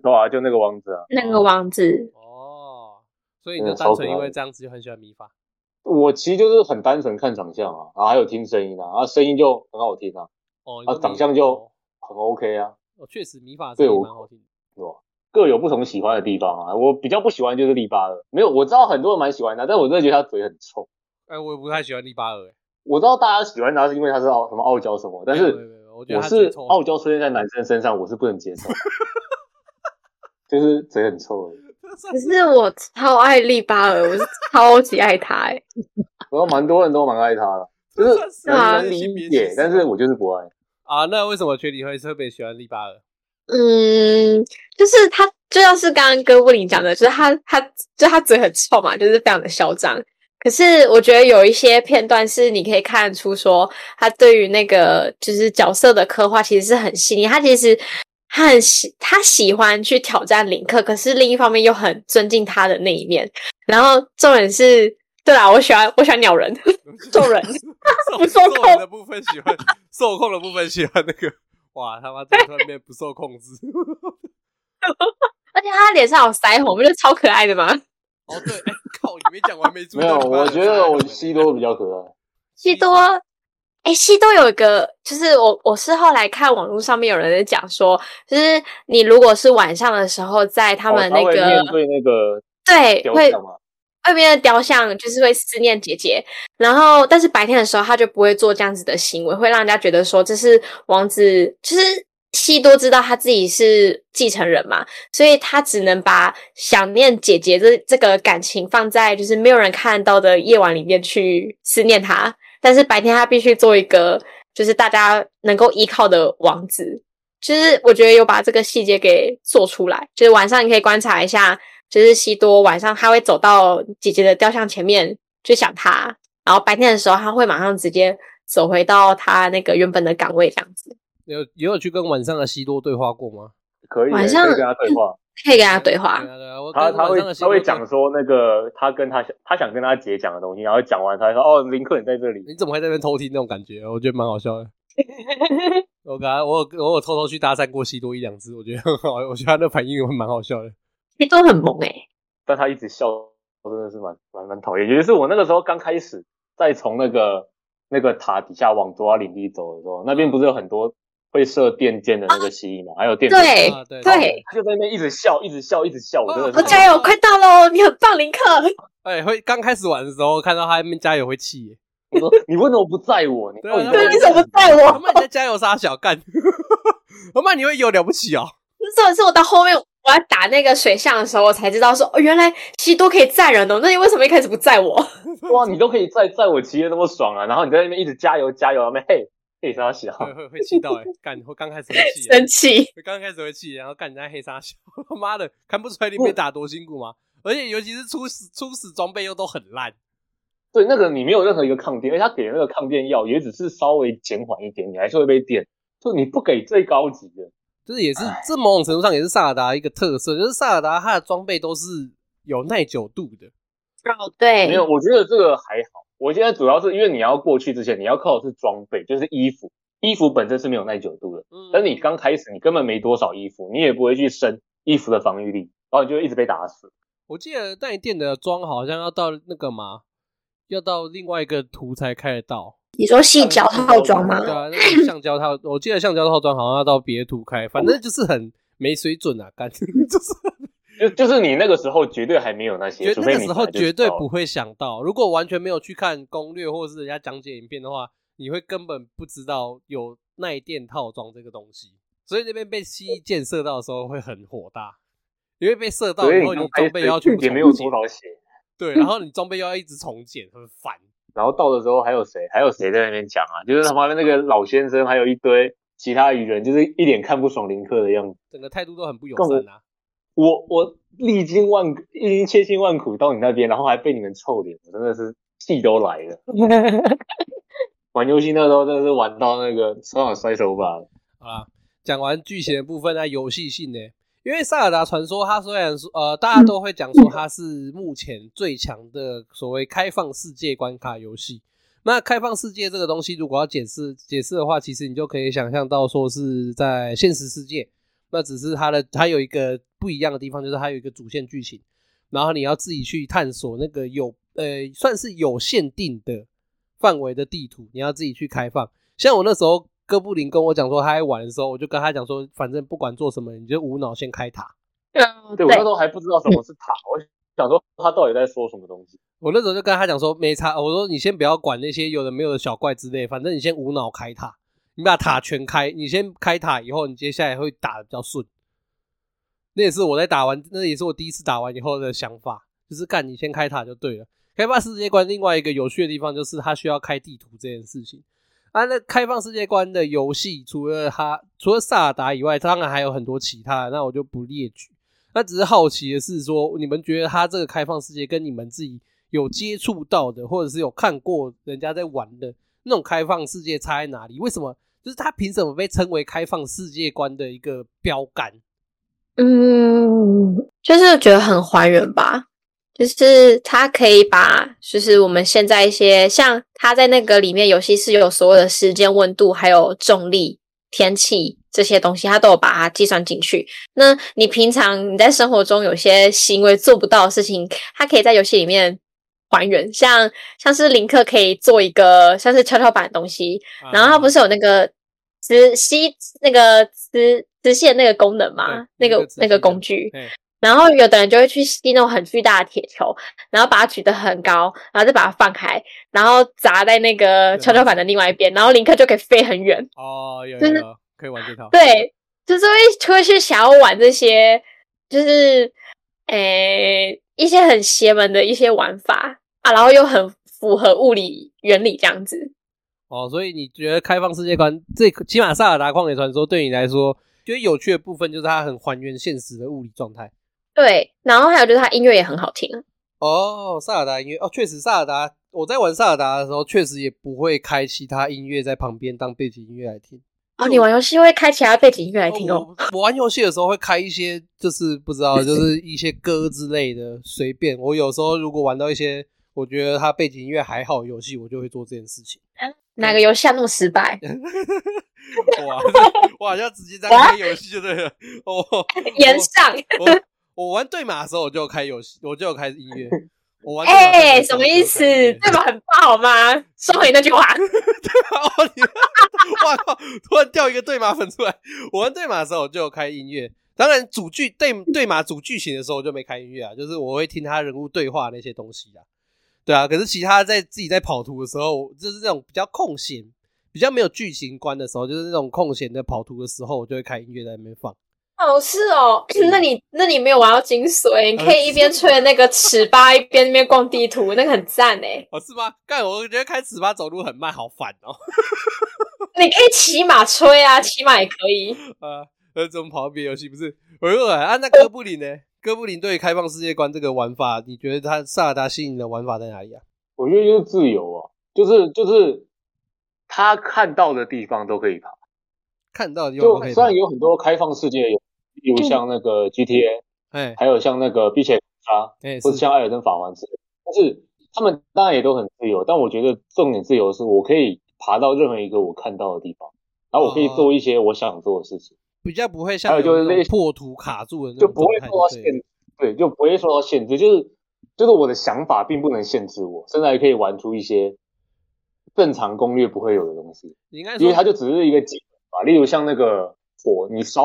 [SPEAKER 2] 对啊，就那个王子啊，
[SPEAKER 1] 那个王子，
[SPEAKER 4] 哦，所以你就
[SPEAKER 2] 嗯
[SPEAKER 4] 单
[SPEAKER 2] 超可
[SPEAKER 4] 纯因
[SPEAKER 2] 爱
[SPEAKER 4] 为
[SPEAKER 2] 的
[SPEAKER 4] 这样子就很喜欢米法。
[SPEAKER 2] 我其实就是很单纯看长相啊，然后还有听声音啊，啊声音就很好听啊，
[SPEAKER 4] 哦，你
[SPEAKER 2] 啊
[SPEAKER 4] 说
[SPEAKER 2] 长
[SPEAKER 4] 米
[SPEAKER 2] 相就
[SPEAKER 4] 哦
[SPEAKER 2] 很 OK 啊，
[SPEAKER 4] 哦确实米法
[SPEAKER 2] 对
[SPEAKER 4] 声音
[SPEAKER 2] 我
[SPEAKER 4] 蛮好听的。
[SPEAKER 2] 各有不同喜欢的地方啊。我比较不喜欢就是利巴尔，没有我知道很多人蛮喜欢他，但我真的觉得他嘴很臭。
[SPEAKER 4] 哎，我也不太喜欢利巴尔，哎
[SPEAKER 2] 我知道大家喜欢他是因为他是傲什么傲娇什么，但
[SPEAKER 4] 没有没有
[SPEAKER 2] 是
[SPEAKER 4] 没有我觉得
[SPEAKER 2] 我
[SPEAKER 4] 他
[SPEAKER 2] 是
[SPEAKER 4] 最臭啊
[SPEAKER 2] 傲娇出现在男生身上，我是不能接受，就是嘴很臭而已。
[SPEAKER 1] 可是我超爱利巴尔，我是超级爱他哎、
[SPEAKER 2] 然后蛮多人都蛮爱他的，就是
[SPEAKER 4] 是
[SPEAKER 1] 啊
[SPEAKER 2] 能理解，但是我就是不爱。
[SPEAKER 4] 啊，那为什么群里会特别喜欢利巴 尔？
[SPEAKER 1] 嗯，就是他就像是刚刚哥布林讲的，就是他他就他嘴很臭嘛，就是非常的嚣张。可是我觉得有一些片段是你可以看出说他对于那个就是角色的刻画其实是很细腻，他其实他很喜他喜欢去挑战林克，可是另一方面又很尊敬他的那一面。然后重点是，对啦，我喜欢我喜欢鸟人， 兽人
[SPEAKER 4] 不
[SPEAKER 1] 不受控
[SPEAKER 4] 人的部分喜欢，受控的部分喜欢那个，哇他妈怎么突然变不受控制？
[SPEAKER 1] 而且他脸上有腮红，不就超可爱的吗？
[SPEAKER 4] 哦对，哎靠，你没讲完没注意
[SPEAKER 2] 没
[SPEAKER 4] 到
[SPEAKER 2] 有，
[SPEAKER 4] 利巴尔
[SPEAKER 2] 我
[SPEAKER 4] 的
[SPEAKER 2] 觉
[SPEAKER 4] 长
[SPEAKER 2] 得
[SPEAKER 4] 相
[SPEAKER 2] 我
[SPEAKER 4] 欸
[SPEAKER 2] 西多比较可爱。
[SPEAKER 1] 西多，哎，西多有一个，就是我我是后来看网络上面有人在讲说，就是你如果是晚上的时候，在他们
[SPEAKER 2] 哦
[SPEAKER 1] 那
[SPEAKER 2] 会
[SPEAKER 1] 个、
[SPEAKER 2] 面对 那个
[SPEAKER 1] 对
[SPEAKER 2] 雕
[SPEAKER 1] 会
[SPEAKER 2] 像嘛，
[SPEAKER 1] 外面的雕像，就是会思念姐姐，然后但是白天的时候他就不会做这样子的行为，会让人家觉得说这是王子，就是。西多知道他自己是继承人嘛，所以他只能把想念姐姐这这个感情放在就是没有人看到的夜晚里面去思念她，但是白天他必须做一个就是大家能够依靠的王子。就是我觉得有把这个细节给做出来，就是晚上你可以观察一下，就是西多晚上他会走到姐姐的雕像前面去想她，然后白天的时候他会马上直接走回到他那个原本的岗位这样子，
[SPEAKER 4] 你有也有去跟晚上的西多对话过吗？
[SPEAKER 2] 可以
[SPEAKER 1] 晚
[SPEAKER 2] 欸
[SPEAKER 1] 上
[SPEAKER 2] 可以跟他对 话。
[SPEAKER 1] 可以跟他对话
[SPEAKER 4] 对。啊对啊，我
[SPEAKER 2] 他
[SPEAKER 4] 跟
[SPEAKER 2] 他
[SPEAKER 4] 晚
[SPEAKER 2] 会
[SPEAKER 4] 上的西
[SPEAKER 2] 他
[SPEAKER 4] 多
[SPEAKER 2] 会
[SPEAKER 4] 对
[SPEAKER 2] 讲说那个他跟他想他想跟他姐讲的东西，然后讲完他说哦林克你在这里，
[SPEAKER 4] 你怎么会在那边偷听那种感觉？我觉得蛮 好笑的。我刚我有我有偷偷去搭讪过西多一两次，我觉得很好，我觉得他的反应蛮好笑的。
[SPEAKER 1] 西多很欸萌诶、
[SPEAKER 2] 但他一直笑，我真的是蛮蛮蛮讨厌。也就是我那个时候刚开始在从那个那个塔底下往卓拉领地走的时候，那边不是有很多会射电箭的那个蜥蜴嘛，还有电
[SPEAKER 1] 对
[SPEAKER 4] 啊对
[SPEAKER 1] 对
[SPEAKER 2] 他就在那边一直笑，一直笑，一直笑，我真的
[SPEAKER 1] 我
[SPEAKER 4] 哦
[SPEAKER 2] 是
[SPEAKER 1] 加油，快到喽！你很棒，林克。
[SPEAKER 4] 哎，会刚开始玩的时候看到他们加油会气耶，
[SPEAKER 2] 我说你为什么不载我？你
[SPEAKER 4] 对
[SPEAKER 2] 到底
[SPEAKER 4] 啊
[SPEAKER 1] 对， 你
[SPEAKER 2] 为
[SPEAKER 1] 怎么带
[SPEAKER 4] 阿
[SPEAKER 1] 我？
[SPEAKER 4] 曼你在加油杀小干， 阿曼你会有了不起哦，
[SPEAKER 1] 这次我到后面我要打那个水象的时候，我才知道说，哦，原来西多可以载人哦。那你为什么一开始不载我？
[SPEAKER 2] 哇，啊你都可以载载我骑的那么爽啊，然后你在那边一直加油加油，那边嘿嘿啥笑，
[SPEAKER 4] 会 会会气到哎，干会刚开始会气耶，
[SPEAKER 1] 生气。
[SPEAKER 4] 会刚开始会气，然后干人家黑沙小， 他妈的看不出来你被打多辛苦吗？而且尤其是初始初始装备又都很烂，
[SPEAKER 2] 对，那个你没有任何一个抗电，而且他给的那个抗电药也只是稍微减缓一点，你还是会被电。就你不给最高级的，
[SPEAKER 4] 就是也是这某种程度上也是萨尔达一个特色，就是萨尔达它的装备都是有耐久度的。
[SPEAKER 1] 哦，对
[SPEAKER 2] 没
[SPEAKER 4] 哎
[SPEAKER 2] 有，我觉得这个还好。我现在主要是因为你要过去之前，你要靠的是装备，就是衣服。衣服本身是没有耐久度的，
[SPEAKER 4] 嗯
[SPEAKER 2] 但是你刚开始你根本没多少衣服，你也不会去升衣服的防御力，然后你就一直被打死。
[SPEAKER 4] 我记得那一店的装好像要到那个嘛，要到另外一个图才开得到。
[SPEAKER 1] 你说细脚套装吗
[SPEAKER 4] 对？啊，那个橡胶套，我记得橡胶套装好像要到别图开，反
[SPEAKER 2] 哦
[SPEAKER 4] 正就是很没水准啊， 感觉就是
[SPEAKER 2] 就就是你那个时候绝对还没有那些，
[SPEAKER 4] 觉
[SPEAKER 2] 除
[SPEAKER 4] 得
[SPEAKER 2] 非
[SPEAKER 4] 那个
[SPEAKER 2] 你
[SPEAKER 4] 时候
[SPEAKER 2] 本来就
[SPEAKER 4] 绝
[SPEAKER 2] 知
[SPEAKER 4] 对
[SPEAKER 2] 道
[SPEAKER 4] 不会想到，如果完全没有去看攻略或是人家讲解影片的话，你会根本不知道有耐电套装这个东西，所以那边被蜥蜴箭射到的时候会很火大，因为被射到
[SPEAKER 2] 所以
[SPEAKER 4] 以
[SPEAKER 2] 你
[SPEAKER 4] 后你
[SPEAKER 2] 刚开
[SPEAKER 4] 装
[SPEAKER 2] 始
[SPEAKER 4] 备要去
[SPEAKER 2] 也没有多少血，
[SPEAKER 4] 对，然后你装备又要一直重建，很烦。
[SPEAKER 2] 然后到的时候还有谁，还有谁在那边讲啊？就是他妈的那个老先生，还有一堆其他愚人，就是一脸看不爽林克的样子。
[SPEAKER 4] 整个态度都很不友
[SPEAKER 2] 干我
[SPEAKER 4] 善啊。
[SPEAKER 2] 我我历经万苦，历经千辛万苦到你那边，然后还被你们臭脸，我真的是气都来了。玩游戏那时候真的是玩到那个双手摔手把了，
[SPEAKER 4] 好啦，讲完剧情的部分，那游戏性呢？因为《塞尔达传说》，它虽然说呃，大家都会讲说它是目前最强的所谓开放世界关卡游戏。那开放世界这个东西，如果要解释解释的话，其实你就可以想象到说是在现实世界，那只是它的它有一个不一样的地方，就是它有一个主线剧情，然后你要自己去探索那个有呃算是有限定的范围的地图，你要自己去开放。像我那时候哥布林跟我讲说他在玩的时候，我就跟他讲说，反正不管做什么，你就无脑先开塔。
[SPEAKER 1] 嗯，
[SPEAKER 2] 对我那时候还不知道什么是塔，我想说他到底在说什么东西。
[SPEAKER 4] 我那时候就跟他讲说，没差，我说你先不要管那些有的没有的小怪之类，反正你先无脑开塔，你把塔全开，你先开塔以后，你接下来会打的比较顺。那也是我在打完，那也是我第一次打完以后的想法，就是干你先开塔就对了。开放世界观另外一个有趣的地方就是它需要开地图这件事情。啊，那开放世界观的游戏，除了它除了萨尔达以外，当然还有很多其他的，那我就不列举。那只是好奇的是说，你们觉得它这个开放世界跟你们自己有接触到的，或者是有看过人家在玩的那种开放世界差在哪里？为什么？就是它凭什么被称为开放世界观的一个标杆？
[SPEAKER 1] 嗯，就是觉得很还原吧，就是他可以把，就是我们现在一些像他在那个里面游戏是有所有的时间、温度，还有重力、天气这些东西，他都有把它计算进去。那你平常你在生活中有些行为做不到的事情，他可以在游戏里面还原，像像是林克可以做一个像是跷跷板的东西，然后它不
[SPEAKER 4] 是
[SPEAKER 1] 是有那个磁吸那个磁磁吸的那个功能嘛？那
[SPEAKER 4] 对有一
[SPEAKER 1] 个
[SPEAKER 4] 个磁
[SPEAKER 1] 那个
[SPEAKER 4] 吸的
[SPEAKER 1] 工具
[SPEAKER 4] 对。
[SPEAKER 1] 然后有的人就会去吸那种很巨大的铁球，然后把它举得很高，然后再把它放开，然后砸在那个
[SPEAKER 4] 对啊
[SPEAKER 1] 跷跷板的另外一边，然后林克就可以飞很远。
[SPEAKER 4] 哦，有
[SPEAKER 1] 就
[SPEAKER 4] 有
[SPEAKER 1] 是
[SPEAKER 4] 有，可以玩这套。
[SPEAKER 1] 对，就是会就会去想要玩这些，就是诶一些很邪门的一些玩法啊，然后又很符合物理原理这样子。
[SPEAKER 4] 哦，所以你觉得开放世界观，最起码《萨尔达旷野传说》对你来说，觉得有趣的部分就是它很还原现实的物理状态。
[SPEAKER 1] 对，然后还有就是它音乐也很好听。
[SPEAKER 4] 哦，萨尔达音乐哦，确实萨尔达，我在玩萨尔达的时候，确实也不会开其他音乐在旁边当背景音乐来听。
[SPEAKER 1] 哦，你玩游戏会开其他背景音乐来听哦。
[SPEAKER 4] 哦我我玩游戏的时候会开一些，就是不知道，就是一些歌之类的，随便。我有时候如果玩到一些我觉得它背景音乐还好的游戏，我就会做这件 事情。
[SPEAKER 1] 哪个游戏啊那么失败？
[SPEAKER 4] 哇，这我好像直接在开游戏就对了。哦，
[SPEAKER 1] 延上，
[SPEAKER 4] 我我玩对马的时候，我就有开游戏，我就有开音 乐。我玩对马的时候
[SPEAKER 1] 哎、什么意思？
[SPEAKER 4] 我就有开音乐
[SPEAKER 1] 对吧？很棒好吗？ 收回那句话。
[SPEAKER 4] 哦，你，哇靠！突然掉一个对马粉出来。我玩对马的时候我就有开音乐，当然主剧对对马主剧情的时候我就没开音乐啊，就是我会听他人物对话那些东西啊。对啊，可是其他在自己在跑图的时候，就是那种比较空闲、比较没有剧情观的时候，就是那种空闲的跑图的时候，我就会开音乐在那边放。
[SPEAKER 1] 哦，是哦， 那你那你没有玩到精髓，你可以一边吹那个尺八，一边那边逛地图，那个很赞哎。
[SPEAKER 4] 哦，是吗？干，我觉得开尺八走路很慢，好烦哦。
[SPEAKER 1] 你可以骑马吹啊，骑马也可以。
[SPEAKER 4] 啊，呃，怎么跑到别的游戏不是？我又来啊，那哥布林呢？哥布林对于开放世界观这个玩法，你觉得它萨尔达吸引的玩法在哪里啊？
[SPEAKER 2] 我觉得就是自由啊，就是就是他看到的地方都可以爬，
[SPEAKER 4] 看到的地方
[SPEAKER 2] 就
[SPEAKER 4] 都可以
[SPEAKER 2] 虽
[SPEAKER 4] 跑
[SPEAKER 2] 然，有很多开放世界有，例如像那个 GTA，
[SPEAKER 4] 哎
[SPEAKER 2] 还有像那个《碧血狂杀》，
[SPEAKER 4] 哎
[SPEAKER 2] 或者
[SPEAKER 4] 是
[SPEAKER 2] 像《艾尔登法环》之类的，但是他们当然也都很自由，但我觉得重点自由是我可以爬到任何一个我看到的地方，然后我可以
[SPEAKER 4] 哦
[SPEAKER 2] 做一些我想做的事情，
[SPEAKER 4] 比较不会
[SPEAKER 2] 还
[SPEAKER 4] 像
[SPEAKER 2] 有就是
[SPEAKER 4] 有那
[SPEAKER 2] 类
[SPEAKER 4] 种
[SPEAKER 2] 似
[SPEAKER 4] 破图卡住的那
[SPEAKER 2] 就
[SPEAKER 4] 种
[SPEAKER 2] 不会
[SPEAKER 4] 状态
[SPEAKER 2] 受到
[SPEAKER 4] 对
[SPEAKER 2] 限制，对，就不会受到限制，就是就是我的想法并不能限制我，甚至还可以玩出一些正常攻略不会有的东西，
[SPEAKER 4] 你应该
[SPEAKER 2] 因为它
[SPEAKER 4] 说
[SPEAKER 2] 就只是一个技能吧，例如像那个火，你烧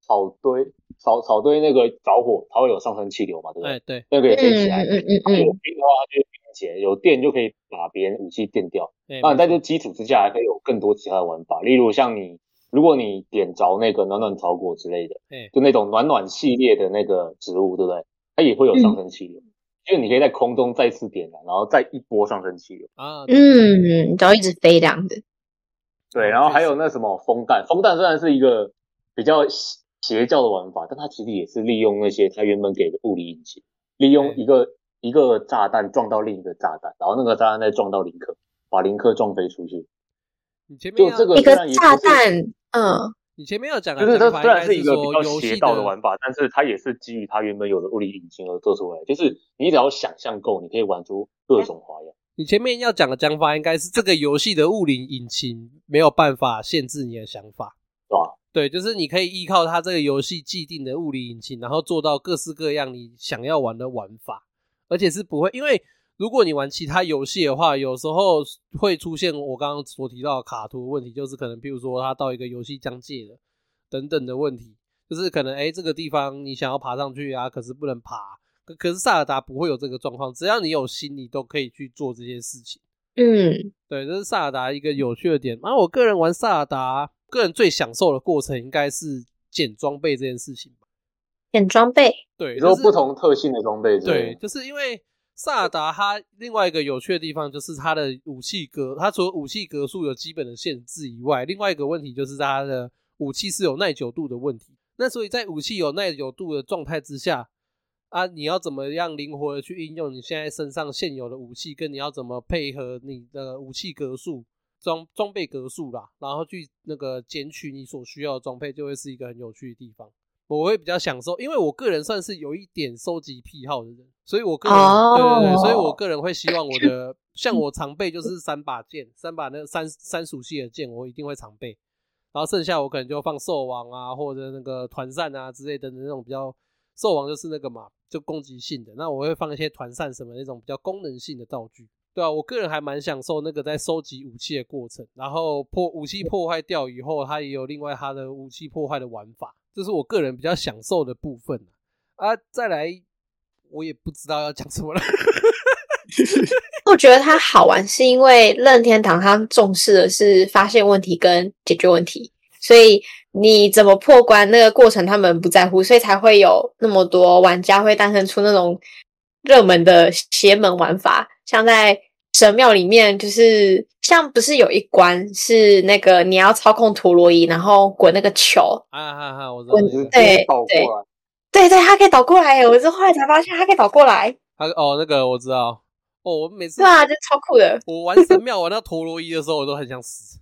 [SPEAKER 2] 草堆。草草堆那个着火，它会有上升气流嘛，对不对？
[SPEAKER 4] 哎对
[SPEAKER 2] 那个也可以起啊来。
[SPEAKER 1] 嗯
[SPEAKER 2] 有冰的话，它就会冰结；有电就可以把别人武器电掉。
[SPEAKER 4] 哎
[SPEAKER 2] 那
[SPEAKER 4] 没
[SPEAKER 2] 你在
[SPEAKER 4] 错
[SPEAKER 2] 这基础之下，还可以有更多其他的玩法，例如像你，如果你点着那个暖暖草果之类的
[SPEAKER 4] 哎，
[SPEAKER 2] 就那种暖暖系列的那个植物，对不对？它也会有上升气流。因为你可以在空中再次点燃，然后再一波上升气流。
[SPEAKER 4] 啊，对
[SPEAKER 1] 嗯，然后一直飞这样子。
[SPEAKER 4] 哦
[SPEAKER 2] 对，然后还有那什么风弹，风弹虽然是一个比较邪邪教的玩法，但它其实也是利用那些它原本给的物理引擎，利用一个一个炸弹撞到另一个炸弹，然后那个炸弹再撞到林克，把林克撞飞出去。
[SPEAKER 4] 你前面
[SPEAKER 2] 就这
[SPEAKER 4] 要
[SPEAKER 2] 个
[SPEAKER 1] 一
[SPEAKER 2] 虽
[SPEAKER 1] 个
[SPEAKER 2] 然也不是
[SPEAKER 1] 炸弹，嗯，
[SPEAKER 4] 你前面要讲的
[SPEAKER 2] 就是它
[SPEAKER 4] 想法
[SPEAKER 2] 虽然
[SPEAKER 4] 应
[SPEAKER 2] 是
[SPEAKER 4] 该
[SPEAKER 2] 一
[SPEAKER 4] 是
[SPEAKER 2] 个比
[SPEAKER 4] 说
[SPEAKER 2] 较
[SPEAKER 4] 游戏
[SPEAKER 2] 邪道的玩法，但是它也是基于它原本有的物理引擎而做出来的。就是你只要想象够，你可以玩出各种花样。
[SPEAKER 4] 你前面要讲的讲法应该是这个游戏的物理引擎没有办法限制你的想法，
[SPEAKER 2] 对吧？
[SPEAKER 4] 对，就是你可以依靠它这个游戏既定的物理引擎，然后做到各式各样你想要玩的玩法，而且是不会，因为如果你玩其他游戏的话，有时候会出现我刚刚所提到的卡图问题，就是可能比如说它到一个游戏疆界了等等的问题，就是可能哎、诶这个地方你想要爬上去啊，可是不能爬。可可是萨尔达不会有这个状况，只要你有心，你都可以去做这些事情。
[SPEAKER 1] 嗯，
[SPEAKER 4] 对，这是萨尔达一
[SPEAKER 2] 嗯
[SPEAKER 4] 个有趣的点。然、后我个人玩萨尔达，个人最享受的过程应该是捡装备这件事情吧。
[SPEAKER 1] 点装备，
[SPEAKER 4] 对，
[SPEAKER 2] 你说
[SPEAKER 4] 就是
[SPEAKER 2] 不同特性的装备之类
[SPEAKER 4] 对，
[SPEAKER 2] 的，
[SPEAKER 4] 就是因为萨尔达它另外一个有趣的地方就是它的武器格，它除了武器格数有基本的限制以外，另外一个问题就是它的武器是有耐久度的问题。那所以在武器有耐久度的状态之下，啊，你要怎么样灵活的去应用你现在身上现有的武器，跟你要怎么配合你的武器格数、装装备格数啦，然后去那个捡取你所需要的装备，就会是一个很有趣的地方。我会比较享受，因为我个人算是有一点收集癖好的人，所以我个人、
[SPEAKER 1] 哦
[SPEAKER 4] 对对对，所以我个人会希望我的像我常备就是三把剑，三把那个三三属系的剑，我一定会常备，然后剩下我可能就放兽王啊，或者那个团扇啊之类的那种比较兽王就是那个嘛，就攻击性的，那我会放一些团扇什么那种比较功能性的道具。对啊，我个人还蛮享受那个在收集武器的过程，然后破武器破坏掉以后，它也有另外它的武器破坏的玩法，这是我个人比较享受的部分啊。再来，我也不知道要讲什 么了。
[SPEAKER 1] 我觉得它好玩是因为任天堂它重视的是发现问题跟解决问题，所以你怎么破关那个过程他们不在乎，所以才会有那么多玩家会诞生出那种热门的邪门玩法，像在神庙里面，就是像不是有一关是那个你要操控陀螺仪，然后滚那个球，
[SPEAKER 4] 啊哈哈，我知道那
[SPEAKER 2] 就是
[SPEAKER 4] 个，
[SPEAKER 1] 对
[SPEAKER 2] 倒过
[SPEAKER 1] 对
[SPEAKER 2] 来。
[SPEAKER 1] 对对，它可以倒过来耶！我是后来才发现它可以倒过来，
[SPEAKER 4] 他哦那个我知道，哦我每次
[SPEAKER 1] 是啊，这超酷的。
[SPEAKER 4] 我玩神庙玩到陀螺仪的时候，我都很想死。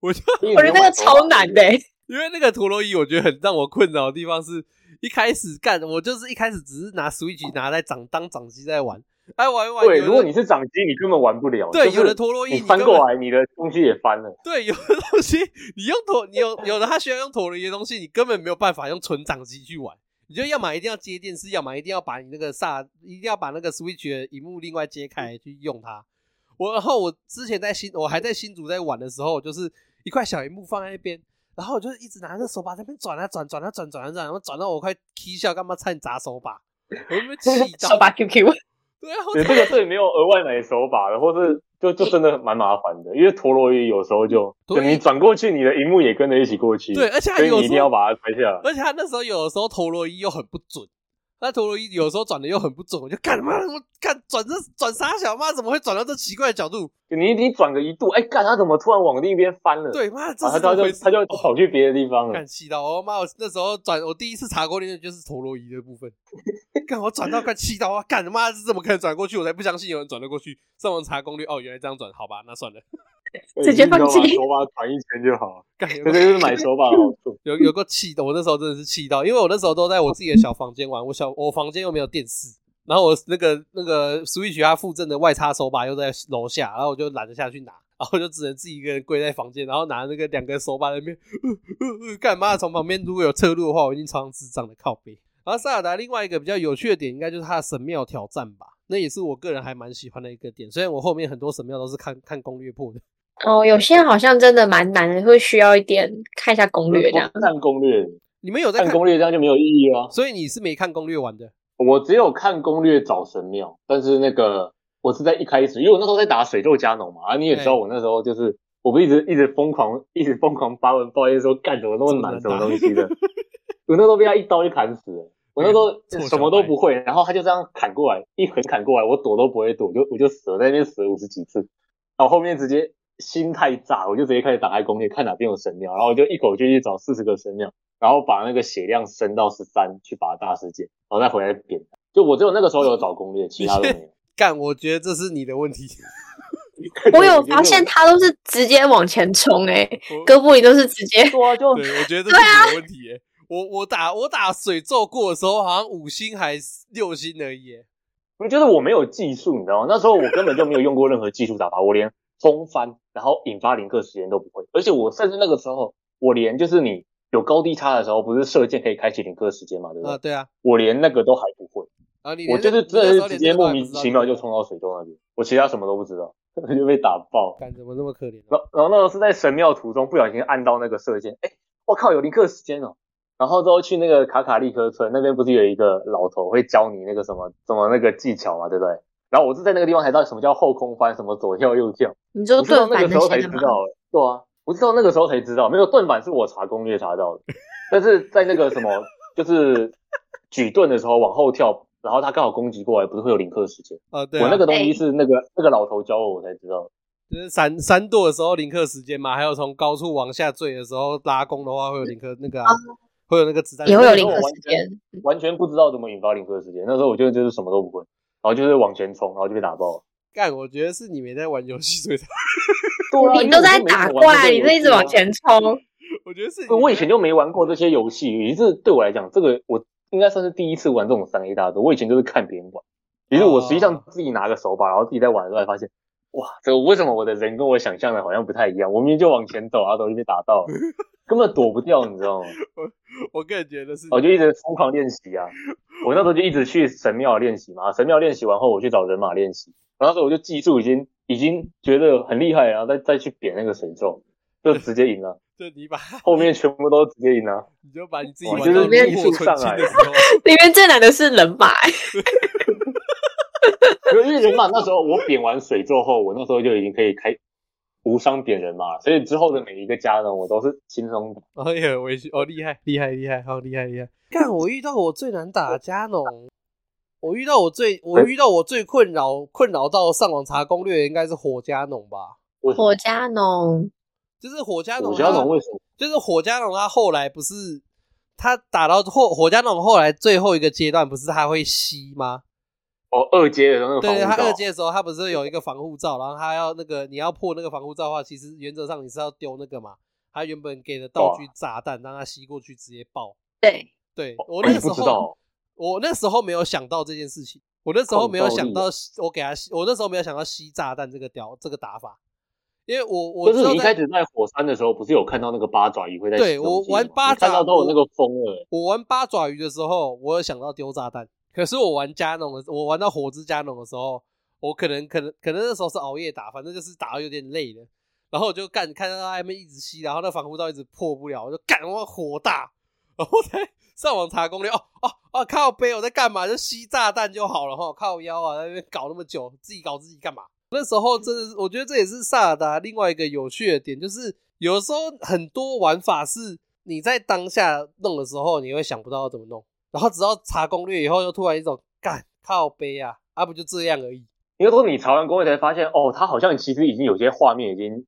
[SPEAKER 4] 我就
[SPEAKER 1] 我觉得那个超难的耶，
[SPEAKER 4] 因为那个陀螺仪，我觉得很让我困扰的地方是，一开始干我就是一开始只是拿 Switch 拿来掌当掌机在玩，哎玩一玩。
[SPEAKER 2] 对，
[SPEAKER 4] 有的
[SPEAKER 2] 如果你是掌机，你根本玩不了。
[SPEAKER 4] 对
[SPEAKER 2] 就是
[SPEAKER 4] 有的陀螺仪
[SPEAKER 2] 你
[SPEAKER 4] 你
[SPEAKER 2] 翻
[SPEAKER 4] 根
[SPEAKER 2] 过
[SPEAKER 4] 本
[SPEAKER 2] 来，你的东西也翻了。
[SPEAKER 4] 对有的东西，你用陀你有有的它需要用陀螺仪的东西，你根本没有办法用纯掌机去玩。你就要么一定要接电视，要么一定要把你那个萨，一定要把那个 Switch 的荧幕另外揭开
[SPEAKER 2] 嗯
[SPEAKER 4] 去用它。我然后我之前在新，我还在新竹在玩的时候，就是一块小荧幕放在那边，然后我就一直拿那个手把在那边转啊转，转啊转，转啊转，然后转到我快踢笑，干嘛差点砸手把，我就被气到。
[SPEAKER 1] 手把 QQ。
[SPEAKER 4] 对啊，我
[SPEAKER 2] 对，这个是没有额外买手把的，或是就就真的蛮麻烦的，因为陀螺仪有时候就就
[SPEAKER 4] 对
[SPEAKER 2] 你转过去，你的荧幕也跟着一起过去。
[SPEAKER 4] 对，而且还
[SPEAKER 2] 所以
[SPEAKER 4] 有
[SPEAKER 2] 你一
[SPEAKER 4] 时
[SPEAKER 2] 定
[SPEAKER 4] 候
[SPEAKER 2] 要把它拍下来。
[SPEAKER 4] 而且他那时候有的时候陀螺仪又很不准，那陀螺仪有时候转的又很不准，我就干妈我干转这转啥小妈怎么会转到这奇怪的角度？
[SPEAKER 2] 你你转个一度，哎，干它怎么突然往另一边翻了？，
[SPEAKER 4] 对，妈这
[SPEAKER 2] 然后
[SPEAKER 4] 是
[SPEAKER 2] 它
[SPEAKER 4] 怎么
[SPEAKER 2] 就
[SPEAKER 4] 回事？
[SPEAKER 2] 它就跑去别的地方了
[SPEAKER 4] 干。气到我妈！我那时候转我第一次查过那个就是陀螺仪的部分，干我转到快气到啊！干他妈是怎么可能转过去？我才不相信有人转得过去。上网查攻略，哦，原来这样转，好吧，那算了。
[SPEAKER 2] 对
[SPEAKER 1] 直接放弃
[SPEAKER 2] 你只要把手把转一圈就好。
[SPEAKER 4] 干
[SPEAKER 2] 对，这就是买手把的好处。
[SPEAKER 4] 有有个气的，我那时候真的是气到，因为我那时候都在我自己的小房间玩，我小我房间又没有电视，然后我那个那个 Switch 它附赠的外插手把又在楼下，然后我就懒得下去拿，然后就只能自己一个人跪在房间，然后拿那个两个手把在那边，呃呃呃干嘛？从旁边如果有侧路的话，我已经超像智障的靠背。然后塞尔达另外一个比较有趣的点，应该就是它的神庙挑战吧，那也是我个人还蛮喜欢的一个点，虽然我后面很多神庙都是看看攻略破的。
[SPEAKER 1] 哦，有些好像真的蛮难的，会需要一点看一下 攻略这样。
[SPEAKER 2] 看攻略，
[SPEAKER 4] 你们有在
[SPEAKER 2] 看
[SPEAKER 4] 看？
[SPEAKER 2] 攻略这样就没有意义了啊。
[SPEAKER 4] 所以你是没看攻略玩的？
[SPEAKER 2] 我只有看攻略找神庙，但是那个我是在一开始，因为我那时候在打水咒加农嘛，啊，你也知道
[SPEAKER 4] 对
[SPEAKER 2] 我那时候就是，我不一直一直疯狂，一直疯狂发文抱怨说干什么那么难
[SPEAKER 4] 这
[SPEAKER 2] 什
[SPEAKER 4] 么
[SPEAKER 2] 么东
[SPEAKER 4] 难打
[SPEAKER 2] 西的，我那时候被他一刀就砍死了。我那时
[SPEAKER 4] 错
[SPEAKER 2] 候
[SPEAKER 4] 小
[SPEAKER 2] 什么都不会，然后他就这样砍过来，一横砍过来，我躲都不会躲，我就我就死了，在那边死了五十几次，然后后面直接心太炸，我就直接开始打开攻略，看哪边有神鸟，然后我就一口气去找四十个神鸟，然后把那个血量升到十三，去把大师解，然后再回来扁他。就我只有那个时候有找攻略，其他都没有。
[SPEAKER 4] 干，我觉得这是你的问题。
[SPEAKER 1] 我有发现他都是直接往前冲、欸，哎，
[SPEAKER 4] 我
[SPEAKER 1] 哥布林都是直接
[SPEAKER 2] 对啊，就
[SPEAKER 4] 对，我觉得这是
[SPEAKER 1] 啊
[SPEAKER 4] 你的问题耶。我我打我打水咒过的时候，好像五星还是六星而已耶。
[SPEAKER 2] 我觉得我没有技术，你知道吗？那时候我根本就没有用过任何技术打法，我连轰翻，然后引发零克时间都不会。而且我甚至那个时候，我连就是你有高低差的时候，不是射箭可以开启零克时间嘛，对不对？
[SPEAKER 4] 啊，对啊，
[SPEAKER 2] 我连那个都还不会，
[SPEAKER 4] 啊你
[SPEAKER 2] 我
[SPEAKER 4] 连
[SPEAKER 2] 就是
[SPEAKER 4] 那你
[SPEAKER 2] 真
[SPEAKER 4] 那时
[SPEAKER 2] 的
[SPEAKER 4] 候
[SPEAKER 2] 是直
[SPEAKER 4] 连
[SPEAKER 2] 接
[SPEAKER 4] 这个都
[SPEAKER 2] 莫
[SPEAKER 4] 还
[SPEAKER 2] 名
[SPEAKER 4] 不知道
[SPEAKER 2] 其妙就冲到水中那边，我其他什么都不知道， 就被打爆。
[SPEAKER 4] 干，怎么那么可怜啊？
[SPEAKER 2] 然后然后那时候是在神庙途中不小心按到那个射箭，哎，我靠，有零克时间哦。然后之后去那个卡卡利科村那边，不是有一个老头会教你那个什么什么那个技巧嘛，对不对？然后我是在那个地方才知道什么叫后空翻，什么左跳右跳，
[SPEAKER 1] 你就
[SPEAKER 2] 我是到
[SPEAKER 1] 盾
[SPEAKER 2] 那
[SPEAKER 1] 反
[SPEAKER 2] 个时候
[SPEAKER 1] 些
[SPEAKER 2] 才
[SPEAKER 1] 的
[SPEAKER 2] 知
[SPEAKER 1] 嘛。
[SPEAKER 2] 道的。对啊，我是到那个时候才知道，没有盾板是我查攻略查到的，但是在那个什么就是举盾的时候往后跳，然后他刚好攻击过来，不是会有零克时间？
[SPEAKER 4] 啊，对啊，
[SPEAKER 2] 我那个东
[SPEAKER 1] 哎
[SPEAKER 2] 西是那个那个老头教我，我才知道的。
[SPEAKER 4] 就是闪闪躲的时候零克时间嘛，还有从高处往下坠的时候拉弓的话会有零克那个啊、会有那个子
[SPEAKER 1] 哦
[SPEAKER 4] 弹哦
[SPEAKER 1] 也会有
[SPEAKER 2] 零
[SPEAKER 1] 零
[SPEAKER 2] 刻
[SPEAKER 1] 克
[SPEAKER 2] 时
[SPEAKER 1] 时间，
[SPEAKER 2] 完全不知道怎么引发零克时间。那时候我就就是什么都不会，然后就是往前冲，然后就被打爆。
[SPEAKER 4] 干，我觉得是你没在玩游戏，所以才
[SPEAKER 2] 对啊
[SPEAKER 1] 你都在打怪，你这一直往。前冲，
[SPEAKER 4] 我觉得是你
[SPEAKER 2] 因为我以前就没玩过这些游戏对我以前就没玩过这些游戏，也是对我来讲，这个我应该算是第一次玩这种三 A 大作。我以前就是看别人玩，也就是我实际
[SPEAKER 1] 啊
[SPEAKER 2] 上自己拿个手把，然后自己在玩的时候才发现，哇，这个为什么我的人跟我想象的好像不太一样？我明明就往前走，然后走就被打 到了，根本躲不掉，你知道吗？
[SPEAKER 4] 我个人觉得是你
[SPEAKER 2] 我哦就一直疯狂练习啊。我那时候就一直去神庙练习嘛，神庙练习完后，我去找人马练习。然后那时候我就技术已经已经觉得很厉害，然后再再去扁那个神兽，就直接赢了。
[SPEAKER 4] 就你把
[SPEAKER 2] 后面全部都直接赢了。
[SPEAKER 4] 你就把你自己
[SPEAKER 2] 我
[SPEAKER 4] 玩
[SPEAKER 2] 觉
[SPEAKER 4] 到
[SPEAKER 2] 得
[SPEAKER 4] 炉
[SPEAKER 2] 技
[SPEAKER 4] 火
[SPEAKER 2] 术
[SPEAKER 4] 纯
[SPEAKER 2] 上
[SPEAKER 4] 青
[SPEAKER 2] 来
[SPEAKER 4] 的
[SPEAKER 2] 了
[SPEAKER 4] 时候，
[SPEAKER 1] 里面最难的是人马、欸，
[SPEAKER 2] 因为因为人马那时候我扁完水咒后，我那时候就已经可以开无伤扁人马，所以之后的每一个家呢，我都是轻松的。
[SPEAKER 4] 哦，也很委屈，哦，厉害，厉害，厉害，好厉害，厉害！看我遇到我最难打的加农，我遇到我最
[SPEAKER 2] 哎
[SPEAKER 4] 我遇到我最困扰困扰到上网查攻略，应该是火加农吧？
[SPEAKER 2] 为什么
[SPEAKER 1] 火加农，
[SPEAKER 4] 就是火加农，
[SPEAKER 2] 我家龙为什么？
[SPEAKER 4] 就是火加农，他后来不是他打到后火加农后来最后一个阶段，不是他会吸吗？
[SPEAKER 2] 哦，二阶的那个防
[SPEAKER 4] 对，
[SPEAKER 2] 护
[SPEAKER 4] 他
[SPEAKER 2] 罩
[SPEAKER 4] 二阶的时候，他不是有一个防护罩，然后他要那个你要破那个防护罩的话，其实原则上你是要丢那个嘛，他原本给的道具炸弹，让他吸过去直接爆。
[SPEAKER 1] 对，
[SPEAKER 4] 对
[SPEAKER 2] 哦
[SPEAKER 4] 我那
[SPEAKER 2] 你
[SPEAKER 4] 个时
[SPEAKER 2] 不知
[SPEAKER 4] 候
[SPEAKER 2] 道，
[SPEAKER 4] 我那时候没有想到这件事情，我那时候没有想到
[SPEAKER 2] 抗
[SPEAKER 4] 我给他吸，我那时候没有想到吸炸弹这个屌这个打法，因为我我
[SPEAKER 2] 就
[SPEAKER 4] 知
[SPEAKER 2] 是
[SPEAKER 4] 道
[SPEAKER 2] 你一
[SPEAKER 4] 在
[SPEAKER 2] 开始在火山的时候，不是有看到那个八爪鱼会在
[SPEAKER 4] 对
[SPEAKER 2] 洗东
[SPEAKER 4] 我
[SPEAKER 2] 西
[SPEAKER 4] 玩
[SPEAKER 2] 吗
[SPEAKER 4] 八
[SPEAKER 2] 你看
[SPEAKER 4] 爪
[SPEAKER 2] 到都有那
[SPEAKER 4] 我
[SPEAKER 2] 个风了欸。
[SPEAKER 4] 我玩八爪鱼的时候，我有想到丢炸弹，可是我玩加农的，我玩到火之加农的时候，我可能可能可能那时候是熬夜打，反正就是打到有点累了，然后我就干看到他们一直吸，然后那防护罩一直破不了，我就干我火大，然后才上网查攻略，哦哦哦，靠背我在干嘛？就吸炸弹就好了哈，靠腰啊，在那边搞那么久，自己搞自己干嘛？那时候真的是，我觉得这也是萨尔达另外一个有趣的点，就是有时候很多玩法是你在当下弄的时候，你会想不到要怎么弄，然后直到查攻略以后，又突然一种干靠背啊，啊不就这样而已，
[SPEAKER 2] 因为说你查完攻略才发现，哦，他好像其实已经有些画面已经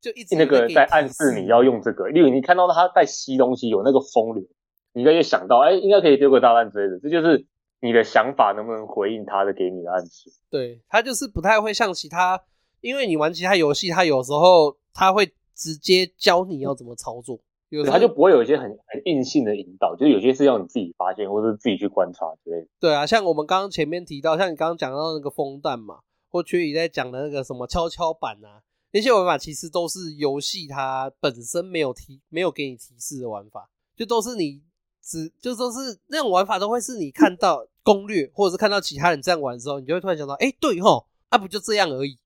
[SPEAKER 4] 就一直
[SPEAKER 2] 那个
[SPEAKER 4] 给
[SPEAKER 2] 在
[SPEAKER 4] 提
[SPEAKER 2] 暗示
[SPEAKER 4] 示
[SPEAKER 2] 你要用这个，例如你看到他在吸东西有那个风流，你应该就想到，哎，应该可以丢个炸弹之类的，这就是你的想法能不能回应他的给你的暗示。
[SPEAKER 4] 对，它就是不太会像其他，因为你玩其他游戏，它有时候它会直接教你要怎么操作，有时候
[SPEAKER 2] 他就不会有一些很很硬性的引导，就是有些是要你自己发现或者自己去观察之类的。
[SPEAKER 4] 对啊，像我们刚刚前面提到，像你刚刚讲到那个风弹嘛，或曲里在讲的那个什么跷跷板啊，那些玩法其实都是游戏它本身没有提，没有给你提示的玩法，就都是你只就都是那种玩法都会是你看到攻略或者是看到其他人这样玩的时候，你就会突然想到，哎、对吼，啊不就这样而已，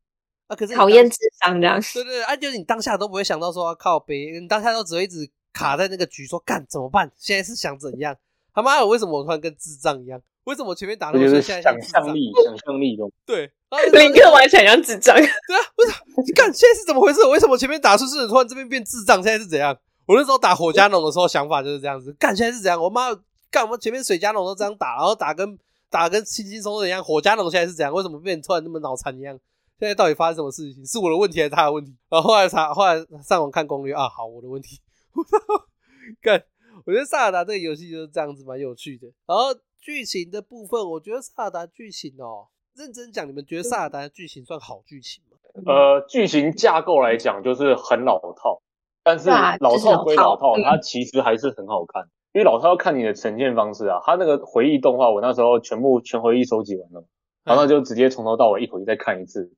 [SPEAKER 4] 啊可是你
[SPEAKER 1] 考
[SPEAKER 4] 当
[SPEAKER 1] 验智商这样。
[SPEAKER 4] 对对，对啊，就是你当下都不会想到说要靠背，你当下都只会一直卡在那个局说干怎么办？现在是想怎样？他妈的，为什么我突然跟智障一样？为什么我前面打
[SPEAKER 2] 这
[SPEAKER 4] 那
[SPEAKER 2] 就
[SPEAKER 4] 么
[SPEAKER 2] 是
[SPEAKER 4] 久，现在
[SPEAKER 2] 想
[SPEAKER 4] 像智障
[SPEAKER 2] 象？力，想象力中。
[SPEAKER 4] 对，然后就
[SPEAKER 1] 林克完全像智障，
[SPEAKER 4] 对啊，为什么？你干现在是怎么回事？为什么前面打出是突然这边变智障？现在是怎样？我那时候打火加农的时候想法就是这样子，干现在是怎样？我妈干我们前面水加农都这样打，然后打跟打跟轻轻松松一样，火加农现在是怎样？为什么变得突然那么脑残一样？现在到底发生什么事情？是我的问题还是他的问题？然后后来查，后来上网看攻略啊，好，我的问题。干，我觉得《萨尔达》这个游戏就是这样子，蛮有趣的。然后剧情的部分，我觉得《萨尔达》剧情哦，认真讲，你们觉得《萨尔达》的剧情算好剧情吗？
[SPEAKER 2] 呃，剧情架构来讲就是很老套，但是
[SPEAKER 1] 对啊
[SPEAKER 2] 老
[SPEAKER 1] 就是
[SPEAKER 2] 套
[SPEAKER 1] 老
[SPEAKER 2] 归
[SPEAKER 1] 套
[SPEAKER 2] 老套，
[SPEAKER 1] 嗯
[SPEAKER 2] 它其实还是很好看。因为老套要看你的呈现方式啊，它那个回忆动画，我那时候全部全回忆收集完了，
[SPEAKER 1] 嗯
[SPEAKER 2] 然后就直接从头到尾一回再看一次，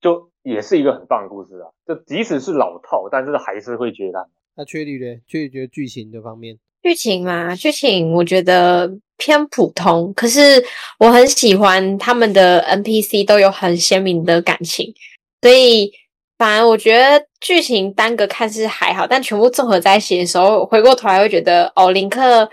[SPEAKER 2] 就也是一个很棒的故事啊。就即使是老套，但是还是会觉得它
[SPEAKER 4] 那缺里嘞，缺里觉得剧情的方面，
[SPEAKER 1] 剧情嘛，剧情我觉得偏普通，可是我很喜欢他们的 NPC 都有很鲜明的感情，所以反而我觉得剧情单个看是还好，但全部综合在一起的时候，回过头来会觉得哦，林克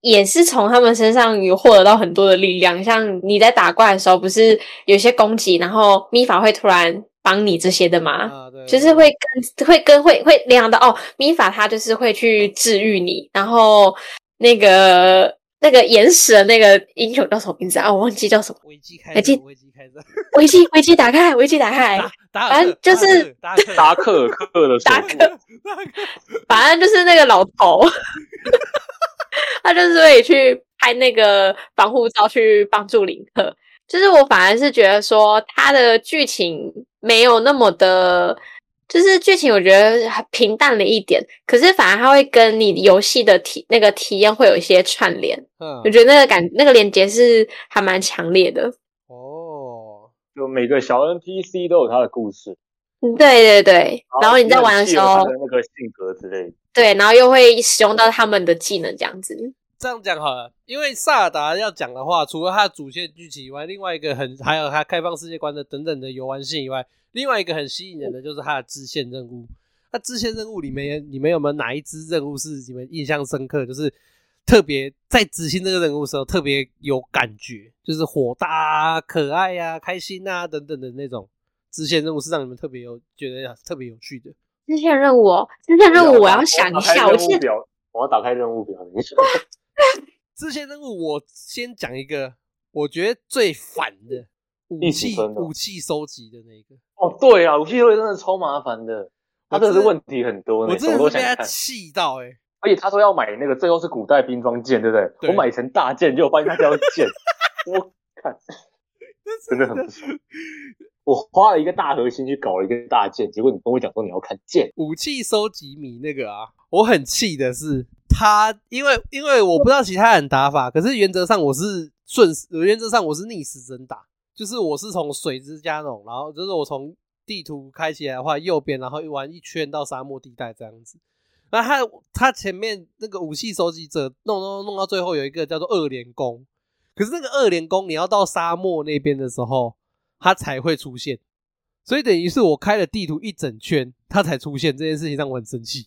[SPEAKER 1] 也是从他们身上有获得到很多的力量。像你在打怪的时候，不是有些攻击，然后米法会突然帮你这些的吗？
[SPEAKER 4] 啊，对，
[SPEAKER 1] 就是会跟会跟会会联想到哦，米法他就是会去治愈你，然后那个那个岩石的那个英雄叫什么名字啊？我忘记叫什么。
[SPEAKER 4] 危机开
[SPEAKER 1] 哎
[SPEAKER 4] 战
[SPEAKER 1] 这，
[SPEAKER 4] 危机开战，
[SPEAKER 1] 危机危机打开，危机打开，
[SPEAKER 4] 打打
[SPEAKER 1] 反
[SPEAKER 4] 尔
[SPEAKER 1] 正
[SPEAKER 4] 克，
[SPEAKER 1] 就是
[SPEAKER 4] 达尔克，达
[SPEAKER 2] 达
[SPEAKER 4] 尔
[SPEAKER 2] 克尔克的手
[SPEAKER 1] 达
[SPEAKER 2] 术
[SPEAKER 1] 克 反正就是那个老头， 他就是会去拍那个防护罩去帮助林克。就是我反而是觉得说他的剧情没有那么的，就是剧情我觉得很平淡了一点，可是反而他会跟你游戏的体那个体验会有一些串联，
[SPEAKER 4] 克
[SPEAKER 1] 我，觉得那个感那个连接是还蛮强烈的。
[SPEAKER 4] 哦，
[SPEAKER 2] 就每个小 NPC 都有他的故事，
[SPEAKER 1] 嗯对对对，然后你在
[SPEAKER 2] 哦也很
[SPEAKER 1] 玩的
[SPEAKER 2] 契
[SPEAKER 1] 时
[SPEAKER 2] 合他
[SPEAKER 1] 候，
[SPEAKER 2] 的那个性格之类的。
[SPEAKER 1] 对，然后又会使用到他们的技能这样子。
[SPEAKER 4] 这样讲好了，因为萨尔达要讲的话，除了它的主线剧情以外，另外一个很还有它开放世界观的等等的游玩性以外，另外一个很吸引人的就是它的支线任务。那支线任务里面，你们有没有哪一支任务是你们印象深刻，就是特别在执行这个任务的时候特别有感觉，就是火大啊、可爱啊、开心啊等等的那种支线任务，是让你们特别有觉得特别有趣的。
[SPEAKER 1] 支线任务哦，支线任务我要想一下，我
[SPEAKER 2] 啊我打开任
[SPEAKER 1] 记
[SPEAKER 2] 务
[SPEAKER 1] 得
[SPEAKER 2] 表，我要打开任务表。你说
[SPEAKER 4] 支线任务我先讲一个，我觉得最烦的武
[SPEAKER 2] 一起
[SPEAKER 4] 器
[SPEAKER 2] 分的
[SPEAKER 4] 武器收集的那个，
[SPEAKER 2] 哦，对啊，武器会真的超麻烦的，他真的
[SPEAKER 4] 我真
[SPEAKER 2] 是
[SPEAKER 4] 的
[SPEAKER 2] 问题很多呢，
[SPEAKER 4] 我
[SPEAKER 2] 什
[SPEAKER 4] 真
[SPEAKER 2] 么
[SPEAKER 4] 的
[SPEAKER 2] 都
[SPEAKER 4] 是
[SPEAKER 2] 想
[SPEAKER 4] 被他
[SPEAKER 2] 看。
[SPEAKER 4] 气到哎、欸
[SPEAKER 2] 而且他说要买那个最后是古代兵装剑，对不对？
[SPEAKER 4] 对
[SPEAKER 2] 我买成大剑，结果发现他叫 剑，我看真的很不爽。我花了一个大核心去搞了一个大剑，结果你跟我讲说你要看剑，
[SPEAKER 4] 武器收集米那个啊，我很气的是他，因为因为我不知道其他人打法，可是原则上我是顺时，原则上我是逆时针打，就是我是从水之加农，然后就是我从地图开起来的话，右边然后玩一圈到沙漠地带这样子。那他他前面那个武器收集者弄弄弄到最后有一个叫做二连弓，可是那个二连弓你要到沙漠那边的时候，它才会出现。所以等于是我开了地图一整圈，它才出现这件事情让我很 生气。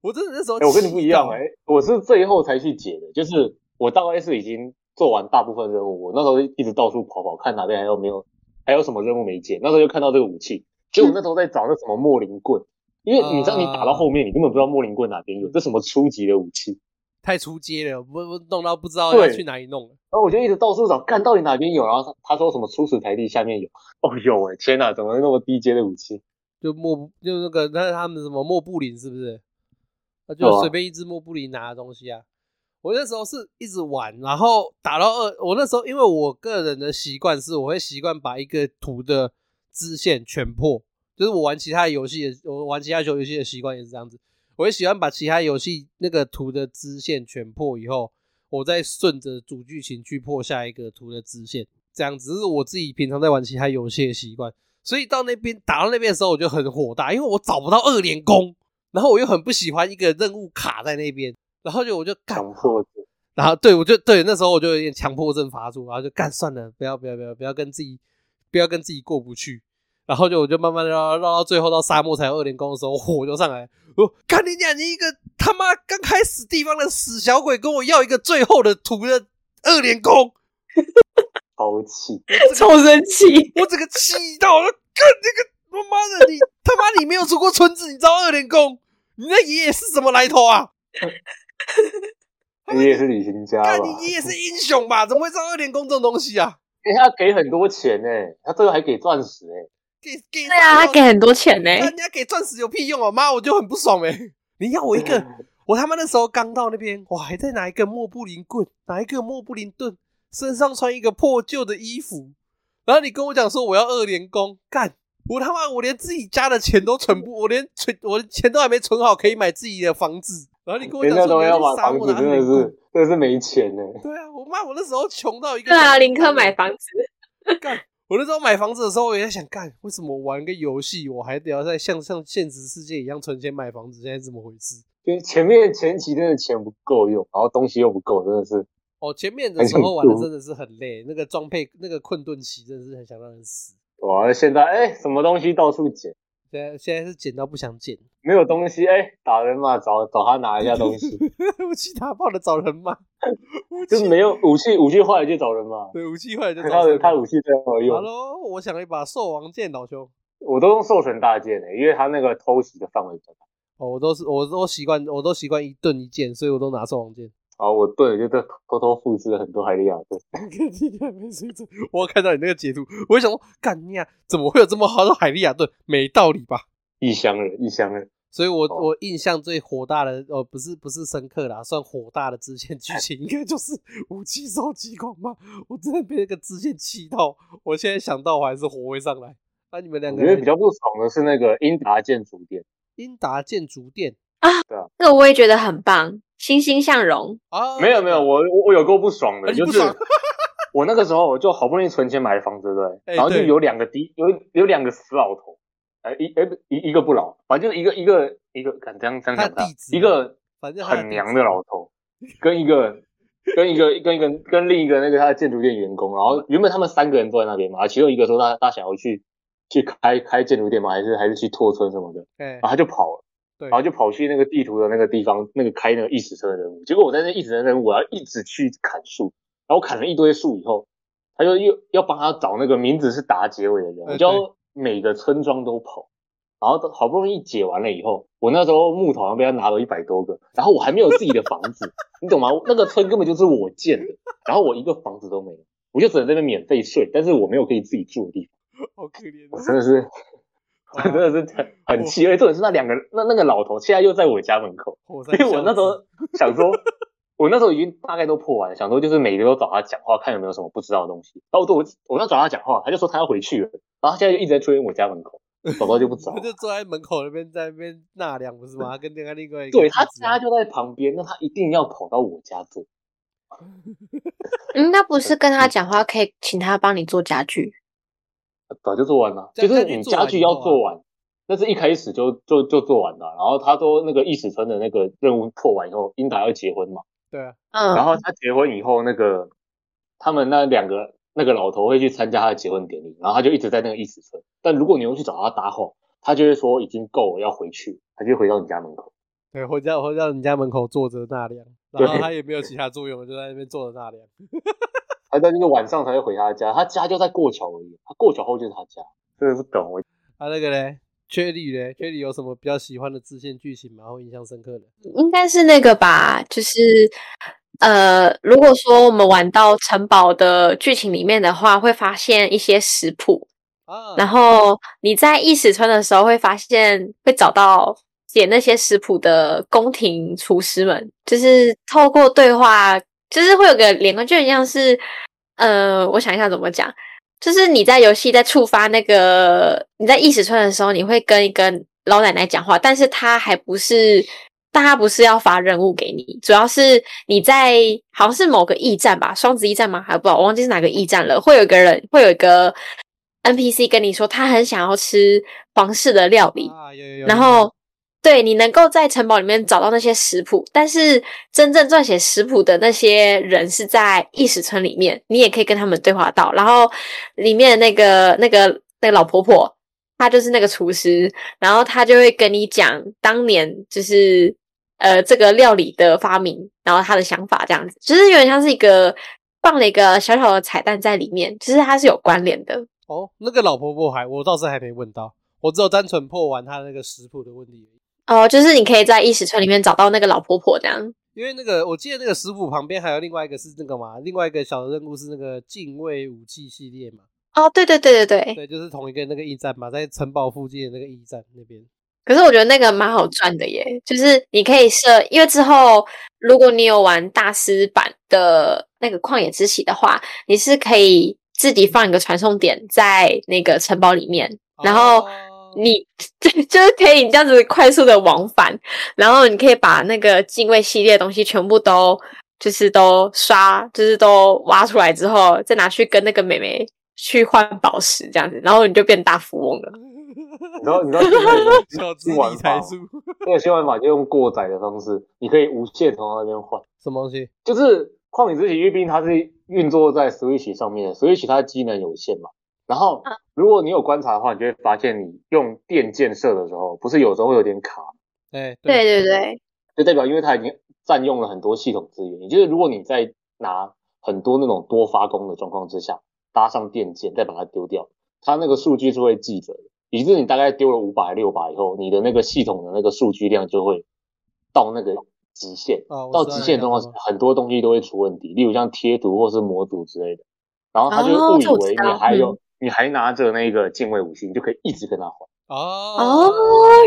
[SPEAKER 4] 我真的那时候、
[SPEAKER 2] 哎、我跟你不一样哎、我是最后才去解的，就是我大概是已经做完大部分任务，我那时候一直到处跑跑，看哪边还有没有还有什么任务没解，那时候就看到这个武器，结果我那时候在找那什么莫林棍，因为你知道你
[SPEAKER 4] 啊
[SPEAKER 2] 打到后面，你根本不知道莫林棍哪边有，这什么初级的武器，
[SPEAKER 4] 太出街了，我我弄到不知道
[SPEAKER 2] 对
[SPEAKER 4] 要去哪里弄了。
[SPEAKER 2] 然后我就一直到处找，看到底哪边有，然后他他说什么初始台地下面有，哦有哎、天哪，怎么会那么低阶的武器？
[SPEAKER 4] 就莫布就那个那他们什么莫布林是不是？那
[SPEAKER 2] 对
[SPEAKER 4] 就
[SPEAKER 2] 啊
[SPEAKER 4] 随便一只莫布林拿的东西啊。我那时候是一直玩，然后打到二，我那时候因为我个人的习惯是，我会习惯把一个图的支线全破，就是我玩其他游戏的，我玩其他游戏的习惯也是这样子，我会喜欢把其他游戏那个图的支线全破以后，我再顺着主剧情去破下一个图的支线，这样子这是我自己平常在玩其他游戏的习惯。所以到那边打到那边的时候，我就很火大，因为我找不到二连攻，然后我又很不喜欢一个任务卡在那边，然后就我就干
[SPEAKER 2] 强迫症
[SPEAKER 4] 然后对我就对那时候我就有点强迫症发作，然后就干算了，不要不要不要不要跟自己不要跟自己过不去，然后就我就慢慢地绕绕到最后到沙漠才有二连攻的时候，火就上来，我干你娘！你一个他妈刚开始地方的死小鬼，跟我要一个最后的图的二连攻，
[SPEAKER 2] 超气，
[SPEAKER 1] 超生气，
[SPEAKER 4] 我整个气到，我说干那个他妈的你他妈你没有出过村子，你知道二连攻，你那爷爷是什么来头啊？
[SPEAKER 2] 你也是旅行家吧
[SPEAKER 4] 干？你你也是英雄吧？怎么会上二连攻这种东西啊？
[SPEAKER 2] 哎、他给很多钱呢、他最后还给钻石哎、
[SPEAKER 4] 给给
[SPEAKER 1] 对啊，他给很多钱呢、
[SPEAKER 4] 那人家给钻石有屁用哦！妈，我就很不爽哎、你要我一
[SPEAKER 2] 嗯
[SPEAKER 4] 个，我他妈那时候刚到那边，我还在拿一个莫布林棍，拿一个莫布林盾，身上穿一个破旧的衣服，然后你跟我讲说我要二连攻，干！我他妈我连自己家的钱都存不，我连存我的钱都还没存好，可以买自己的房子，然后你跟我
[SPEAKER 2] 人家
[SPEAKER 4] 讲说
[SPEAKER 2] 都
[SPEAKER 4] 你
[SPEAKER 2] 要
[SPEAKER 4] 去
[SPEAKER 2] 买
[SPEAKER 4] 杀
[SPEAKER 2] 房
[SPEAKER 4] 我
[SPEAKER 2] 子，
[SPEAKER 4] 的二
[SPEAKER 2] 真的
[SPEAKER 4] 连攻
[SPEAKER 2] 是，真的是没钱呢、
[SPEAKER 4] 对啊，我妈，我那时候穷到一个
[SPEAKER 1] 对啊，
[SPEAKER 4] 什么
[SPEAKER 1] 林
[SPEAKER 4] 地
[SPEAKER 1] 克
[SPEAKER 4] 步
[SPEAKER 1] 买房子，
[SPEAKER 4] 干，我那时候买房子的时候，我也在想，干，为什么玩个游戏，我还得要在像像现实世界一样存钱买房子？现在怎么回事？
[SPEAKER 2] 就是前面前期真的钱不够用，然后东西又不够，真的是
[SPEAKER 4] 哦，前面的
[SPEAKER 2] 很
[SPEAKER 4] 时候
[SPEAKER 2] 恐
[SPEAKER 4] 玩的
[SPEAKER 2] 怖
[SPEAKER 4] 真的是很累，那个装备那个困顿期真的是很想让人死。
[SPEAKER 2] 哇！现在哎、什么东西到处捡，
[SPEAKER 4] 现在现在是捡到不想捡，
[SPEAKER 2] 没有东西哎、打人嘛，找找他拿一下东西，
[SPEAKER 4] 武器打爆了找人骂，武器
[SPEAKER 2] 就是没有武器，武器坏了就找人嘛。
[SPEAKER 4] 对武器坏了就
[SPEAKER 2] 他
[SPEAKER 4] 找
[SPEAKER 2] 的
[SPEAKER 4] 人
[SPEAKER 2] 他的
[SPEAKER 4] 骂。
[SPEAKER 2] 武器最好
[SPEAKER 4] 好
[SPEAKER 2] 用，
[SPEAKER 4] 喽，我想了一把兽王剑，老兄。
[SPEAKER 2] 我都用兽神大剑的、因为他那个偷袭的范围比较大。
[SPEAKER 4] 哦，我都是我都习惯我都习惯一盾一剑，所以我都拿兽王剑。
[SPEAKER 2] 然后我盾就在偷偷复制了很多海利亚盾，
[SPEAKER 4] 跟你俩没水准。 我看到你那个截图，我就想说，干你啊，怎么会有这么好的海利亚盾？没道理吧？
[SPEAKER 2] 异乡人，异乡人，
[SPEAKER 4] 所以我，我、
[SPEAKER 2] 哦
[SPEAKER 4] 印象最火大的，哦，不是不是深刻啦，算火大的支线剧 情，应该就是武器收集狂吧？我真的被那个支线气到，我现在想到我还是火会上来。那、你们两
[SPEAKER 2] 我
[SPEAKER 4] 个
[SPEAKER 2] 觉得比
[SPEAKER 4] 人，
[SPEAKER 2] 较不爽的是那个英达建筑店，
[SPEAKER 4] 英达建筑店
[SPEAKER 1] 这个我也觉得很棒，欣欣向荣。
[SPEAKER 4] 啊，
[SPEAKER 2] 没有没有，我我我有够不爽
[SPEAKER 4] 啊
[SPEAKER 2] 的，
[SPEAKER 4] 你不
[SPEAKER 2] 就是
[SPEAKER 4] 爽
[SPEAKER 2] 我那个时候我就好不容易存钱买房子，对不
[SPEAKER 4] 哎
[SPEAKER 2] 对？然后就
[SPEAKER 4] 对
[SPEAKER 2] 有两个低有有两个死老头，呃一哎不一一个不老，反正就是一个一个一个，敢这样这样
[SPEAKER 4] 他
[SPEAKER 2] 讲他啊
[SPEAKER 4] 弟子
[SPEAKER 2] 一个
[SPEAKER 4] 反正他
[SPEAKER 2] 很
[SPEAKER 4] 弟
[SPEAKER 2] 娘
[SPEAKER 4] 子
[SPEAKER 2] 的老头，跟一个跟一个跟一个跟另一个那个他的建筑店员工，然
[SPEAKER 4] 嗯
[SPEAKER 2] 后原本他们三个人坐在那边嘛，啊其中一个说他他想要去去开开建筑店嘛，还是还是去拓村什么的，
[SPEAKER 4] 哎、
[SPEAKER 2] 然后他就跑了。
[SPEAKER 4] 对
[SPEAKER 2] 然后就跑去那个地图的那个地方，那个开那个意识车的任务。结果我在那意识车的任务，我要一直去砍树，然后我砍了一堆树以后，他就又要帮他找那个名字是达结尾的人，
[SPEAKER 4] 哎
[SPEAKER 2] 我就要每个村庄都跑。然后好不容易解完了以后，我那时候木头好像被他拿了一百多个，然后我还没有自己的房子，你懂吗？那个村根本就是我建的，然后我一个房子都没有，我就只能在那边免费睡，但是我没有可以自己住的地方。
[SPEAKER 4] 好可 怜
[SPEAKER 2] 我
[SPEAKER 4] 啊，
[SPEAKER 2] 真的是，我 真的是很很气，而且重点是那两个那那个老头现在又在我家门口，
[SPEAKER 4] 火山
[SPEAKER 2] 所以我那时
[SPEAKER 4] 孝
[SPEAKER 2] 候
[SPEAKER 4] 子
[SPEAKER 2] 想说，我那时候已经大概都破完了，想说就是每个都找他讲话，看有没有什么不知道的东西。然后我我我要找他讲话，他就说他要回去了，然后他现在就一直在出现我家门口，走到就不 找
[SPEAKER 4] 他。 就坐在门口那边，在那边纳凉，不是 吗？他跟那个另外一个
[SPEAKER 2] 对他
[SPEAKER 4] 弟子
[SPEAKER 2] 家就在旁边，那他一定要跑到我家住。
[SPEAKER 1] 嗯，那不是跟他讲话可以请他帮你做家具？
[SPEAKER 2] 早就做完了，
[SPEAKER 4] 家
[SPEAKER 2] 就是你家具要做完，那是一开始就就就做完了。然后他说那个异史村的那个任务破完以后，英达要结婚嘛，
[SPEAKER 4] 对啊，
[SPEAKER 2] 然
[SPEAKER 1] 嗯，
[SPEAKER 2] 后他结婚以后，那个他们那两个那个老头会去参加他的结婚典礼，然后他就一直在那个异史村。但如果你又去找他搭话，他就会说已经够了，要回去，他就回到你家门口。
[SPEAKER 4] 对，回家回到人家门口坐着纳凉，然后
[SPEAKER 2] 对
[SPEAKER 4] 他也没有其他作用，就在那边坐着纳凉。
[SPEAKER 2] 他在那个晚上才会回他家，他家就在过桥而已，他过桥后就是他家。真的不懂，我
[SPEAKER 4] 啊，那个嘞，缺里嘞，缺里有什么比较喜欢的支线剧情吗？或印象深刻的？
[SPEAKER 1] 应该是那个吧，就是呃，如果说我们玩到城堡的剧情里面的话，会发现一些食谱，
[SPEAKER 4] 啊，
[SPEAKER 1] 然后你在异史村的时候会发现会找到写那些食谱的宫廷厨师们，就是透过对话，就是会有个连贯，就很像是呃，我想一下怎么讲，就是你在游戏在触发那个你在异史村的时候，你会跟一个老奶奶讲话，但是她还不是。但她不是要发任务给你，主要是你在好像是某个驿站吧，双子驿站吗？还不好，我忘记是哪个驿站了。会有一个人，会有一个 NPC 跟你说他很想要吃皇室的料理，
[SPEAKER 4] 啊，有有有，
[SPEAKER 1] 然
[SPEAKER 4] 有
[SPEAKER 1] 后对你能够在城堡里面找到那些食谱，但是真正撰写食谱的那些人是在异史村里面，你也可以跟他们对话到。然后里面的那个那个那个老婆婆，她就是那个厨师，然后她就会跟你讲当年就是呃这个料理的发明，然后她的想法这样子，就是有点像是一个放了一个小小的彩蛋在里面，其实它是有关联的。
[SPEAKER 4] 哦，那个老婆婆还我倒是还没问到，我只有单纯破完她那个食谱的问题而已。
[SPEAKER 1] 哦，就是你可以在异史村里面找到那个老婆婆这样。
[SPEAKER 4] 因为那个我记得那个食谱旁边还有另外一个是那个嘛，另外一个小的任务是那个禁卫武器系列嘛，
[SPEAKER 1] 哦，对对对对对。
[SPEAKER 4] 对，就是同一个那个驿站嘛，在城堡附近的那个驿站那边。
[SPEAKER 1] 可是我觉得那个蛮好赚的耶，就是你可以设，因为之后如果你有玩大师版的那个旷野之息的话，你是可以自己放一个传送点在那个城堡里面，然后
[SPEAKER 4] 哦
[SPEAKER 1] 你 就是可以这样子快速的往返，然后你可以把那个敬畏系列的东西全部都就是都刷，就是都挖出来之后，再拿去跟那个美眉去换宝石这样子，然后你就变大富翁了。
[SPEAKER 2] 你知道你知道新玩法
[SPEAKER 4] 小资
[SPEAKER 2] 新玩
[SPEAKER 4] 理
[SPEAKER 2] 法
[SPEAKER 4] 财
[SPEAKER 2] 吗，
[SPEAKER 4] 术
[SPEAKER 2] 那个新玩法就用过载的方式，你可以无限从那边换。
[SPEAKER 4] 什么东西？
[SPEAKER 2] 就是旷野之息，因为毕竟它是运作在 Switch 上面的，Switch 它的机能有限嘛。然后
[SPEAKER 1] 嗯，
[SPEAKER 2] 如果你有观察的话，你就会发现，你用电建设的时候，不是有时候会有点卡，
[SPEAKER 4] 哎，
[SPEAKER 1] 对，对对，
[SPEAKER 2] 就代表因为它已经占用了很多系统资源。也就是如果你在拿很多那种多发功的状况之下，搭上电建再把它丢掉，它那个数据是会记着的。以致你大概丢了五百六百以后，你的那个系统的那个数据量就会到那个极限，
[SPEAKER 4] 哦我
[SPEAKER 2] 到
[SPEAKER 4] 知道
[SPEAKER 2] 极
[SPEAKER 4] 你
[SPEAKER 2] 限
[SPEAKER 4] 在
[SPEAKER 2] 状况
[SPEAKER 4] 说
[SPEAKER 2] 下，很多东西都会出问题，例如像贴图或是模组之类的。然后他就
[SPEAKER 1] 哦
[SPEAKER 2] 误以
[SPEAKER 1] 这我
[SPEAKER 2] 为
[SPEAKER 1] 知道
[SPEAKER 2] 你还有、你还拿着那个敬畏武器，你就可以一直跟他换。
[SPEAKER 4] 哦
[SPEAKER 1] 哦，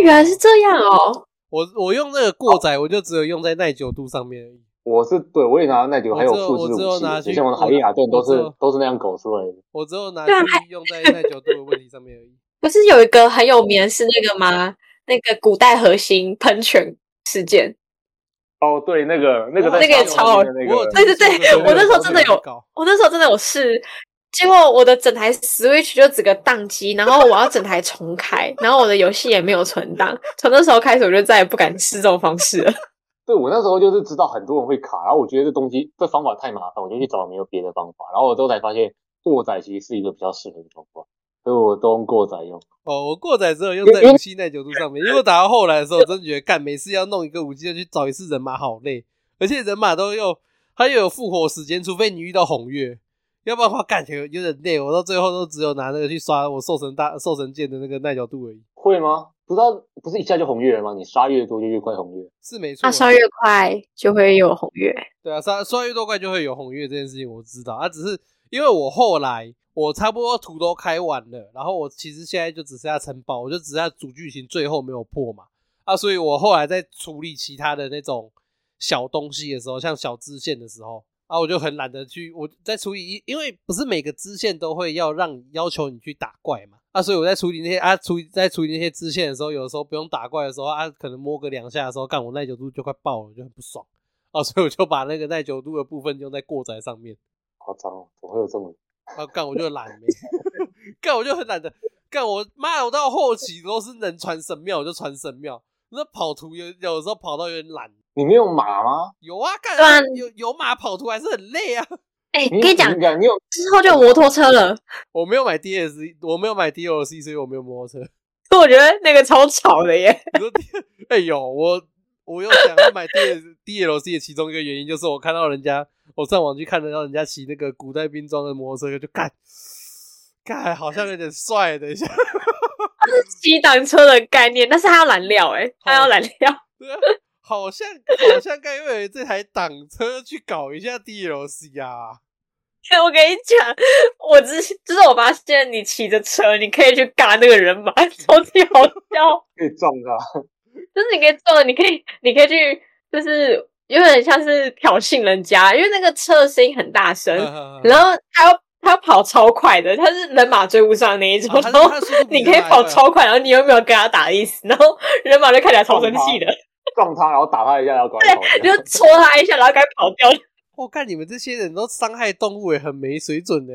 [SPEAKER 1] 原来是这样哦。
[SPEAKER 4] 我我用那个过载，我就只有用在耐久度上面而已。
[SPEAKER 2] 我是对我也拿到那九，
[SPEAKER 4] 我
[SPEAKER 2] 还有
[SPEAKER 4] 只有
[SPEAKER 2] 复制
[SPEAKER 4] 我只有
[SPEAKER 2] 武器
[SPEAKER 4] 拿
[SPEAKER 2] 的，
[SPEAKER 4] 去
[SPEAKER 2] 就像我的
[SPEAKER 4] 我
[SPEAKER 2] 海利亚顿
[SPEAKER 4] 我
[SPEAKER 2] 都
[SPEAKER 4] 只有
[SPEAKER 2] 是都是那样狗出来的。
[SPEAKER 4] 我只有拿
[SPEAKER 1] 对啊
[SPEAKER 4] 去用在耐久度的问题上面而已。
[SPEAKER 1] 不是有一个很有名的是那个吗？那个古代核心喷泉事件，
[SPEAKER 2] 哦，对，那个那个
[SPEAKER 4] 我
[SPEAKER 2] 在
[SPEAKER 1] 那个也
[SPEAKER 2] 沙
[SPEAKER 1] 超
[SPEAKER 2] 漠
[SPEAKER 1] 好
[SPEAKER 2] 里 面的那
[SPEAKER 4] 我有
[SPEAKER 2] 个
[SPEAKER 1] 对对对
[SPEAKER 4] 听说过
[SPEAKER 1] 我那时候真的有
[SPEAKER 4] 搞
[SPEAKER 1] 我那时候真的有试，结果我的整台 Switch 就整个宕机，然后我要整台重开，然后我的游戏也没有存档。从那时候开始，我就再也不敢试这种方式了。
[SPEAKER 2] 对我那时候就是知道很多人会卡，然后我觉得这东西这方法太麻烦，我就去找没有别的方法，然后我之后才发现过载其实是一个比较适合的方法，所以我都用过载用。
[SPEAKER 4] 哦，我过载只有用在武器耐久度上面，因为我打到后来的时候，我真的觉得干每次要弄一个武器就去找一次人马好累，而且人马都又它又有复活时间，除非你遇到红月，要不然的话感觉有点累。我到最后都只有拿那个去刷我兽神大兽神剑的那个耐久度而已，
[SPEAKER 2] 会吗？不知道，不是一下就红月了吗？你杀越多就越快红月。
[SPEAKER 4] 是没错
[SPEAKER 1] 那
[SPEAKER 4] 啊。
[SPEAKER 1] 刷越快就会有红月，
[SPEAKER 4] 对啊，刷刷越多怪就会有红月这件事情我知道，啊，只是因为我后来我差不多图都开完了，然后我其实现在就只剩下城堡，我就只剩下主剧情最后没有破嘛，啊，所以我后来在处理其他的那种小东西的时候，像小支线的时候。啊，我就很懒得去，我在处理一，因为不是每个支线都会要让要求你去打怪嘛，啊，所以我在处理那些啊处理在处理那些支线的时候，有的时候不用打怪的时候啊，可能摸个两下的时候，干我耐久度就快爆了，我就很不爽。啊，所以我就把那个耐久度的部分用在过载上面。
[SPEAKER 2] 夸张哦，怎么会有这么？
[SPEAKER 4] 啊，干我就懒没， 干我就很懒得，干我妈我到后期都是能传神庙我就传神庙，那跑图有有时候跑到有点懒。
[SPEAKER 2] 你没有马吗？
[SPEAKER 4] 有啊，干
[SPEAKER 1] 对啊
[SPEAKER 4] 有有马跑图还是很累啊。
[SPEAKER 1] 哎、
[SPEAKER 2] 你
[SPEAKER 1] 跟你讲
[SPEAKER 2] 你，讲，你有
[SPEAKER 1] 之后就有摩托车了，
[SPEAKER 4] 我没有买 DS，我没有买 DLC，所以我没有摩托车。
[SPEAKER 1] 所 以我觉得那个超吵的耶。
[SPEAKER 4] 你说哎呦，我我又想要买 DS DLC 的其中一个原因就是我看到人家，我上网去看得到人家骑那个古代兵装的摩托车，就干干好像有点帅，等一下。
[SPEAKER 1] 骑挡车的概念，但是它要燃料哎、它要燃料。
[SPEAKER 4] 对啊，好像好像该为了这台挡车去搞一下 DLC 啊！
[SPEAKER 1] 我跟你讲，我之前就是我发现你骑着车，你可以去嘎那个人马， 超级好笑。
[SPEAKER 2] 可以撞他，
[SPEAKER 1] 就是你可以做，你可以，你可以去，就是有点像是挑衅人家，因为那个车的声音很大 声，
[SPEAKER 4] 然
[SPEAKER 1] 然后他要他要跑超快的，他是人马追不上那一
[SPEAKER 4] 哦
[SPEAKER 1] 种，然后你可以
[SPEAKER 4] 啊
[SPEAKER 1] 跑超快，然后你又没有跟他打的意思，然后人马就看起来超生气的，
[SPEAKER 2] 撞他，然后打他一下，然后赶快跑
[SPEAKER 1] 你
[SPEAKER 2] 掉。
[SPEAKER 1] 就戳他一下，然后赶快跑掉。
[SPEAKER 4] 我看你们这些人都伤害动物也很没水准呢、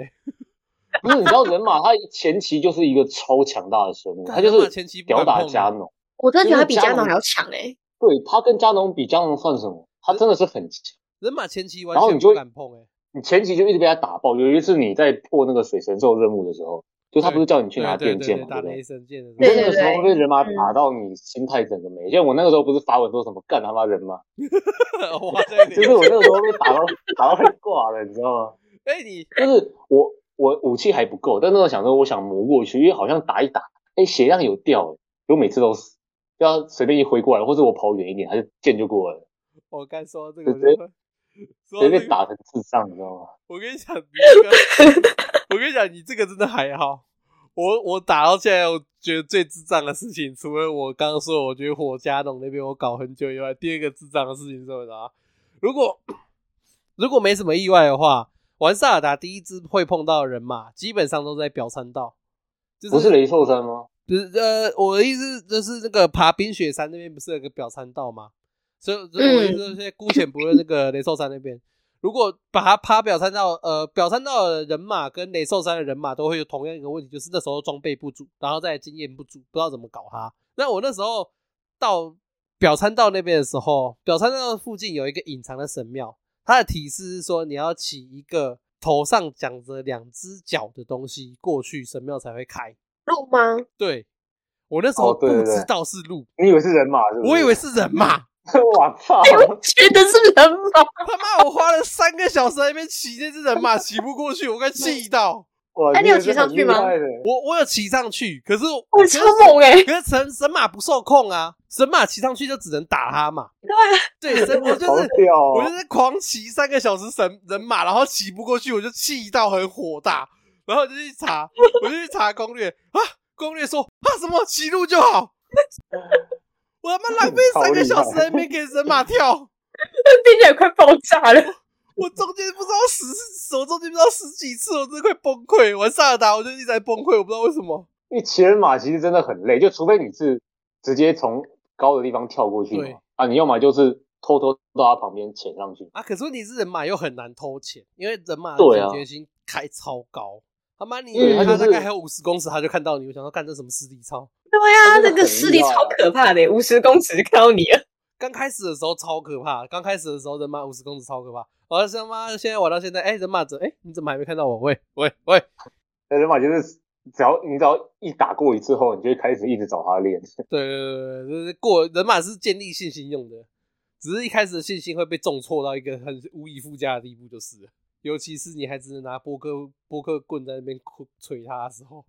[SPEAKER 2] 不是，你知道人马他前期就是一个超强大的生物，
[SPEAKER 4] 干
[SPEAKER 2] 他就
[SPEAKER 4] 啊人马前
[SPEAKER 2] 是
[SPEAKER 4] 期不敢
[SPEAKER 2] 屌打
[SPEAKER 4] 碰
[SPEAKER 2] 加
[SPEAKER 4] 啊
[SPEAKER 2] 农。
[SPEAKER 1] 我真
[SPEAKER 2] 的觉得他比加农还欸
[SPEAKER 1] 要强哎、
[SPEAKER 2] 对他跟加农比，加农算什么？他真的是很强。
[SPEAKER 4] 人马前期完
[SPEAKER 2] 然后
[SPEAKER 4] 全
[SPEAKER 2] 你就
[SPEAKER 4] 不
[SPEAKER 2] 会
[SPEAKER 4] 敢碰哎、
[SPEAKER 2] 你前期就一直被他打爆。有一次你在破那个水神兽任务的时候，就他不是叫你去拿
[SPEAKER 4] 对
[SPEAKER 2] 电
[SPEAKER 4] 对
[SPEAKER 2] 剑
[SPEAKER 4] 对
[SPEAKER 2] 嘛，
[SPEAKER 4] 对，
[SPEAKER 2] 对
[SPEAKER 4] 打
[SPEAKER 2] 不
[SPEAKER 4] 雷
[SPEAKER 2] 对？
[SPEAKER 4] 神剑的时候，
[SPEAKER 2] 你在
[SPEAKER 1] 对
[SPEAKER 2] 那个时候被人马
[SPEAKER 1] 对嗯
[SPEAKER 2] 打到，你心态整个没。像我那个时候不是发文说什么干他妈人马，
[SPEAKER 4] 我好像有
[SPEAKER 2] 就是
[SPEAKER 4] 点
[SPEAKER 2] 我那个时候被打到打到很挂了，你知道吗？
[SPEAKER 4] 哎你
[SPEAKER 2] 就是我我武器还不够，但那时候想说我想磨过去，因为好像打一打，哎、血量有掉、欸，我每次都死，就要随便一挥过来，或者我跑远一点，他就剑就过来了。
[SPEAKER 4] 我刚说到这个，我
[SPEAKER 2] 直接
[SPEAKER 4] 就说到
[SPEAKER 2] 直接被
[SPEAKER 4] 这啊个，
[SPEAKER 2] 打成智障，你知道吗？
[SPEAKER 4] 我跟你讲，你这个，我跟你讲，你这个真的还好。我我打到现在，我觉得最智障的事情，除了我刚刚说，我觉得火加农那边我搞很久以外，第二个智障的事情是什么呢？如果如果没什么意外的话，玩萨尔达第一只会碰到的人嘛，基本上都在表参道，就是
[SPEAKER 2] 不是雷兽山吗？
[SPEAKER 4] 就是呃，我的意思就是那个爬冰雪山那边不是有个表参道吗？所以，所以我的意思就是，姑且不论那个雷兽山那边，如果把它爬表参道，呃，表参道的人马跟雷兽山的人马都会有同样一个问题，就是那时候装备不足，然后再来经验不足，不知道怎么搞它。那我那时候到表参道那边的时候，表参道附近有一个隐藏的神庙，它的提示是说你要起一个头上长着两只脚的东西过去，神庙才会开。
[SPEAKER 1] 路 吗？
[SPEAKER 4] 对，我那时候
[SPEAKER 2] 哦对
[SPEAKER 4] 不
[SPEAKER 2] 对
[SPEAKER 4] 知
[SPEAKER 2] 对
[SPEAKER 4] 道是鹿，
[SPEAKER 2] 你以为是人马是不是？
[SPEAKER 4] 我以为是人嘛。
[SPEAKER 2] 是， 我操！
[SPEAKER 1] 哎觉得是人吗？
[SPEAKER 4] 他妈，我花了三个小时在那边骑那只人马，骑不过去，我 快气到
[SPEAKER 2] 哇，
[SPEAKER 1] 哎你有骑
[SPEAKER 2] 真的
[SPEAKER 1] 上去吗
[SPEAKER 2] 很厉害的
[SPEAKER 4] 我。我有骑上去，可是
[SPEAKER 1] 我
[SPEAKER 4] 我
[SPEAKER 1] 超猛哎、
[SPEAKER 4] 可是神神马不受控啊，神马骑上去就只能打他嘛。对对，神我就
[SPEAKER 2] 啊 好
[SPEAKER 4] 是
[SPEAKER 2] 屌
[SPEAKER 4] 我
[SPEAKER 2] 哦！
[SPEAKER 4] 就是狂骑三个小时神人马，然后骑不过去，我就气到很火大，然后我就去 查，我就去查攻略啊，攻略说啊什么骑路 就好，我他妈浪费三个小时在那边给人马跳，
[SPEAKER 1] 并且快爆炸了。
[SPEAKER 4] 我中间不知道十次，我中间不知道十几次，我真的快崩溃。玩萨尔达我就一直在崩溃，我不知道为什么。
[SPEAKER 2] 因为骑人马其实真的很累，就除非你是直接从高的地方跳过去
[SPEAKER 4] 对
[SPEAKER 2] 嘛，啊，你要么就是偷偷到他旁边潜上去，
[SPEAKER 4] 啊，可是问题是人马又很难偷钱，因为人马的
[SPEAKER 2] 对啊嗯
[SPEAKER 4] 警觉心开超高。他妈你
[SPEAKER 1] 对
[SPEAKER 4] 他
[SPEAKER 1] 他
[SPEAKER 2] 就是
[SPEAKER 4] 大概还有五十公尺，他就看到你。我想说，干这什么实力操？
[SPEAKER 1] 对啊，
[SPEAKER 2] 他
[SPEAKER 1] 这
[SPEAKER 2] 真的
[SPEAKER 1] 个
[SPEAKER 2] 很
[SPEAKER 1] 视力
[SPEAKER 2] 厉害啊
[SPEAKER 1] 超可怕的、五十公尺就看到你了。
[SPEAKER 4] 刚开始的时候超可怕，刚开始的时候人马五十公尺超可怕。我他妈现在玩到现在，哎、人马怎哎、你怎么还没看到我？喂喂喂，
[SPEAKER 2] 那人马就是只要你只要一打过一次后，你就会开始一直找他练。
[SPEAKER 4] 对对对对，就是过人马是建立信心用的，只是一开始的信心会被重挫到一个很无以复加的地步，就是了。尤其是你还只能拿波克波克棍在那边捶捶他的时候，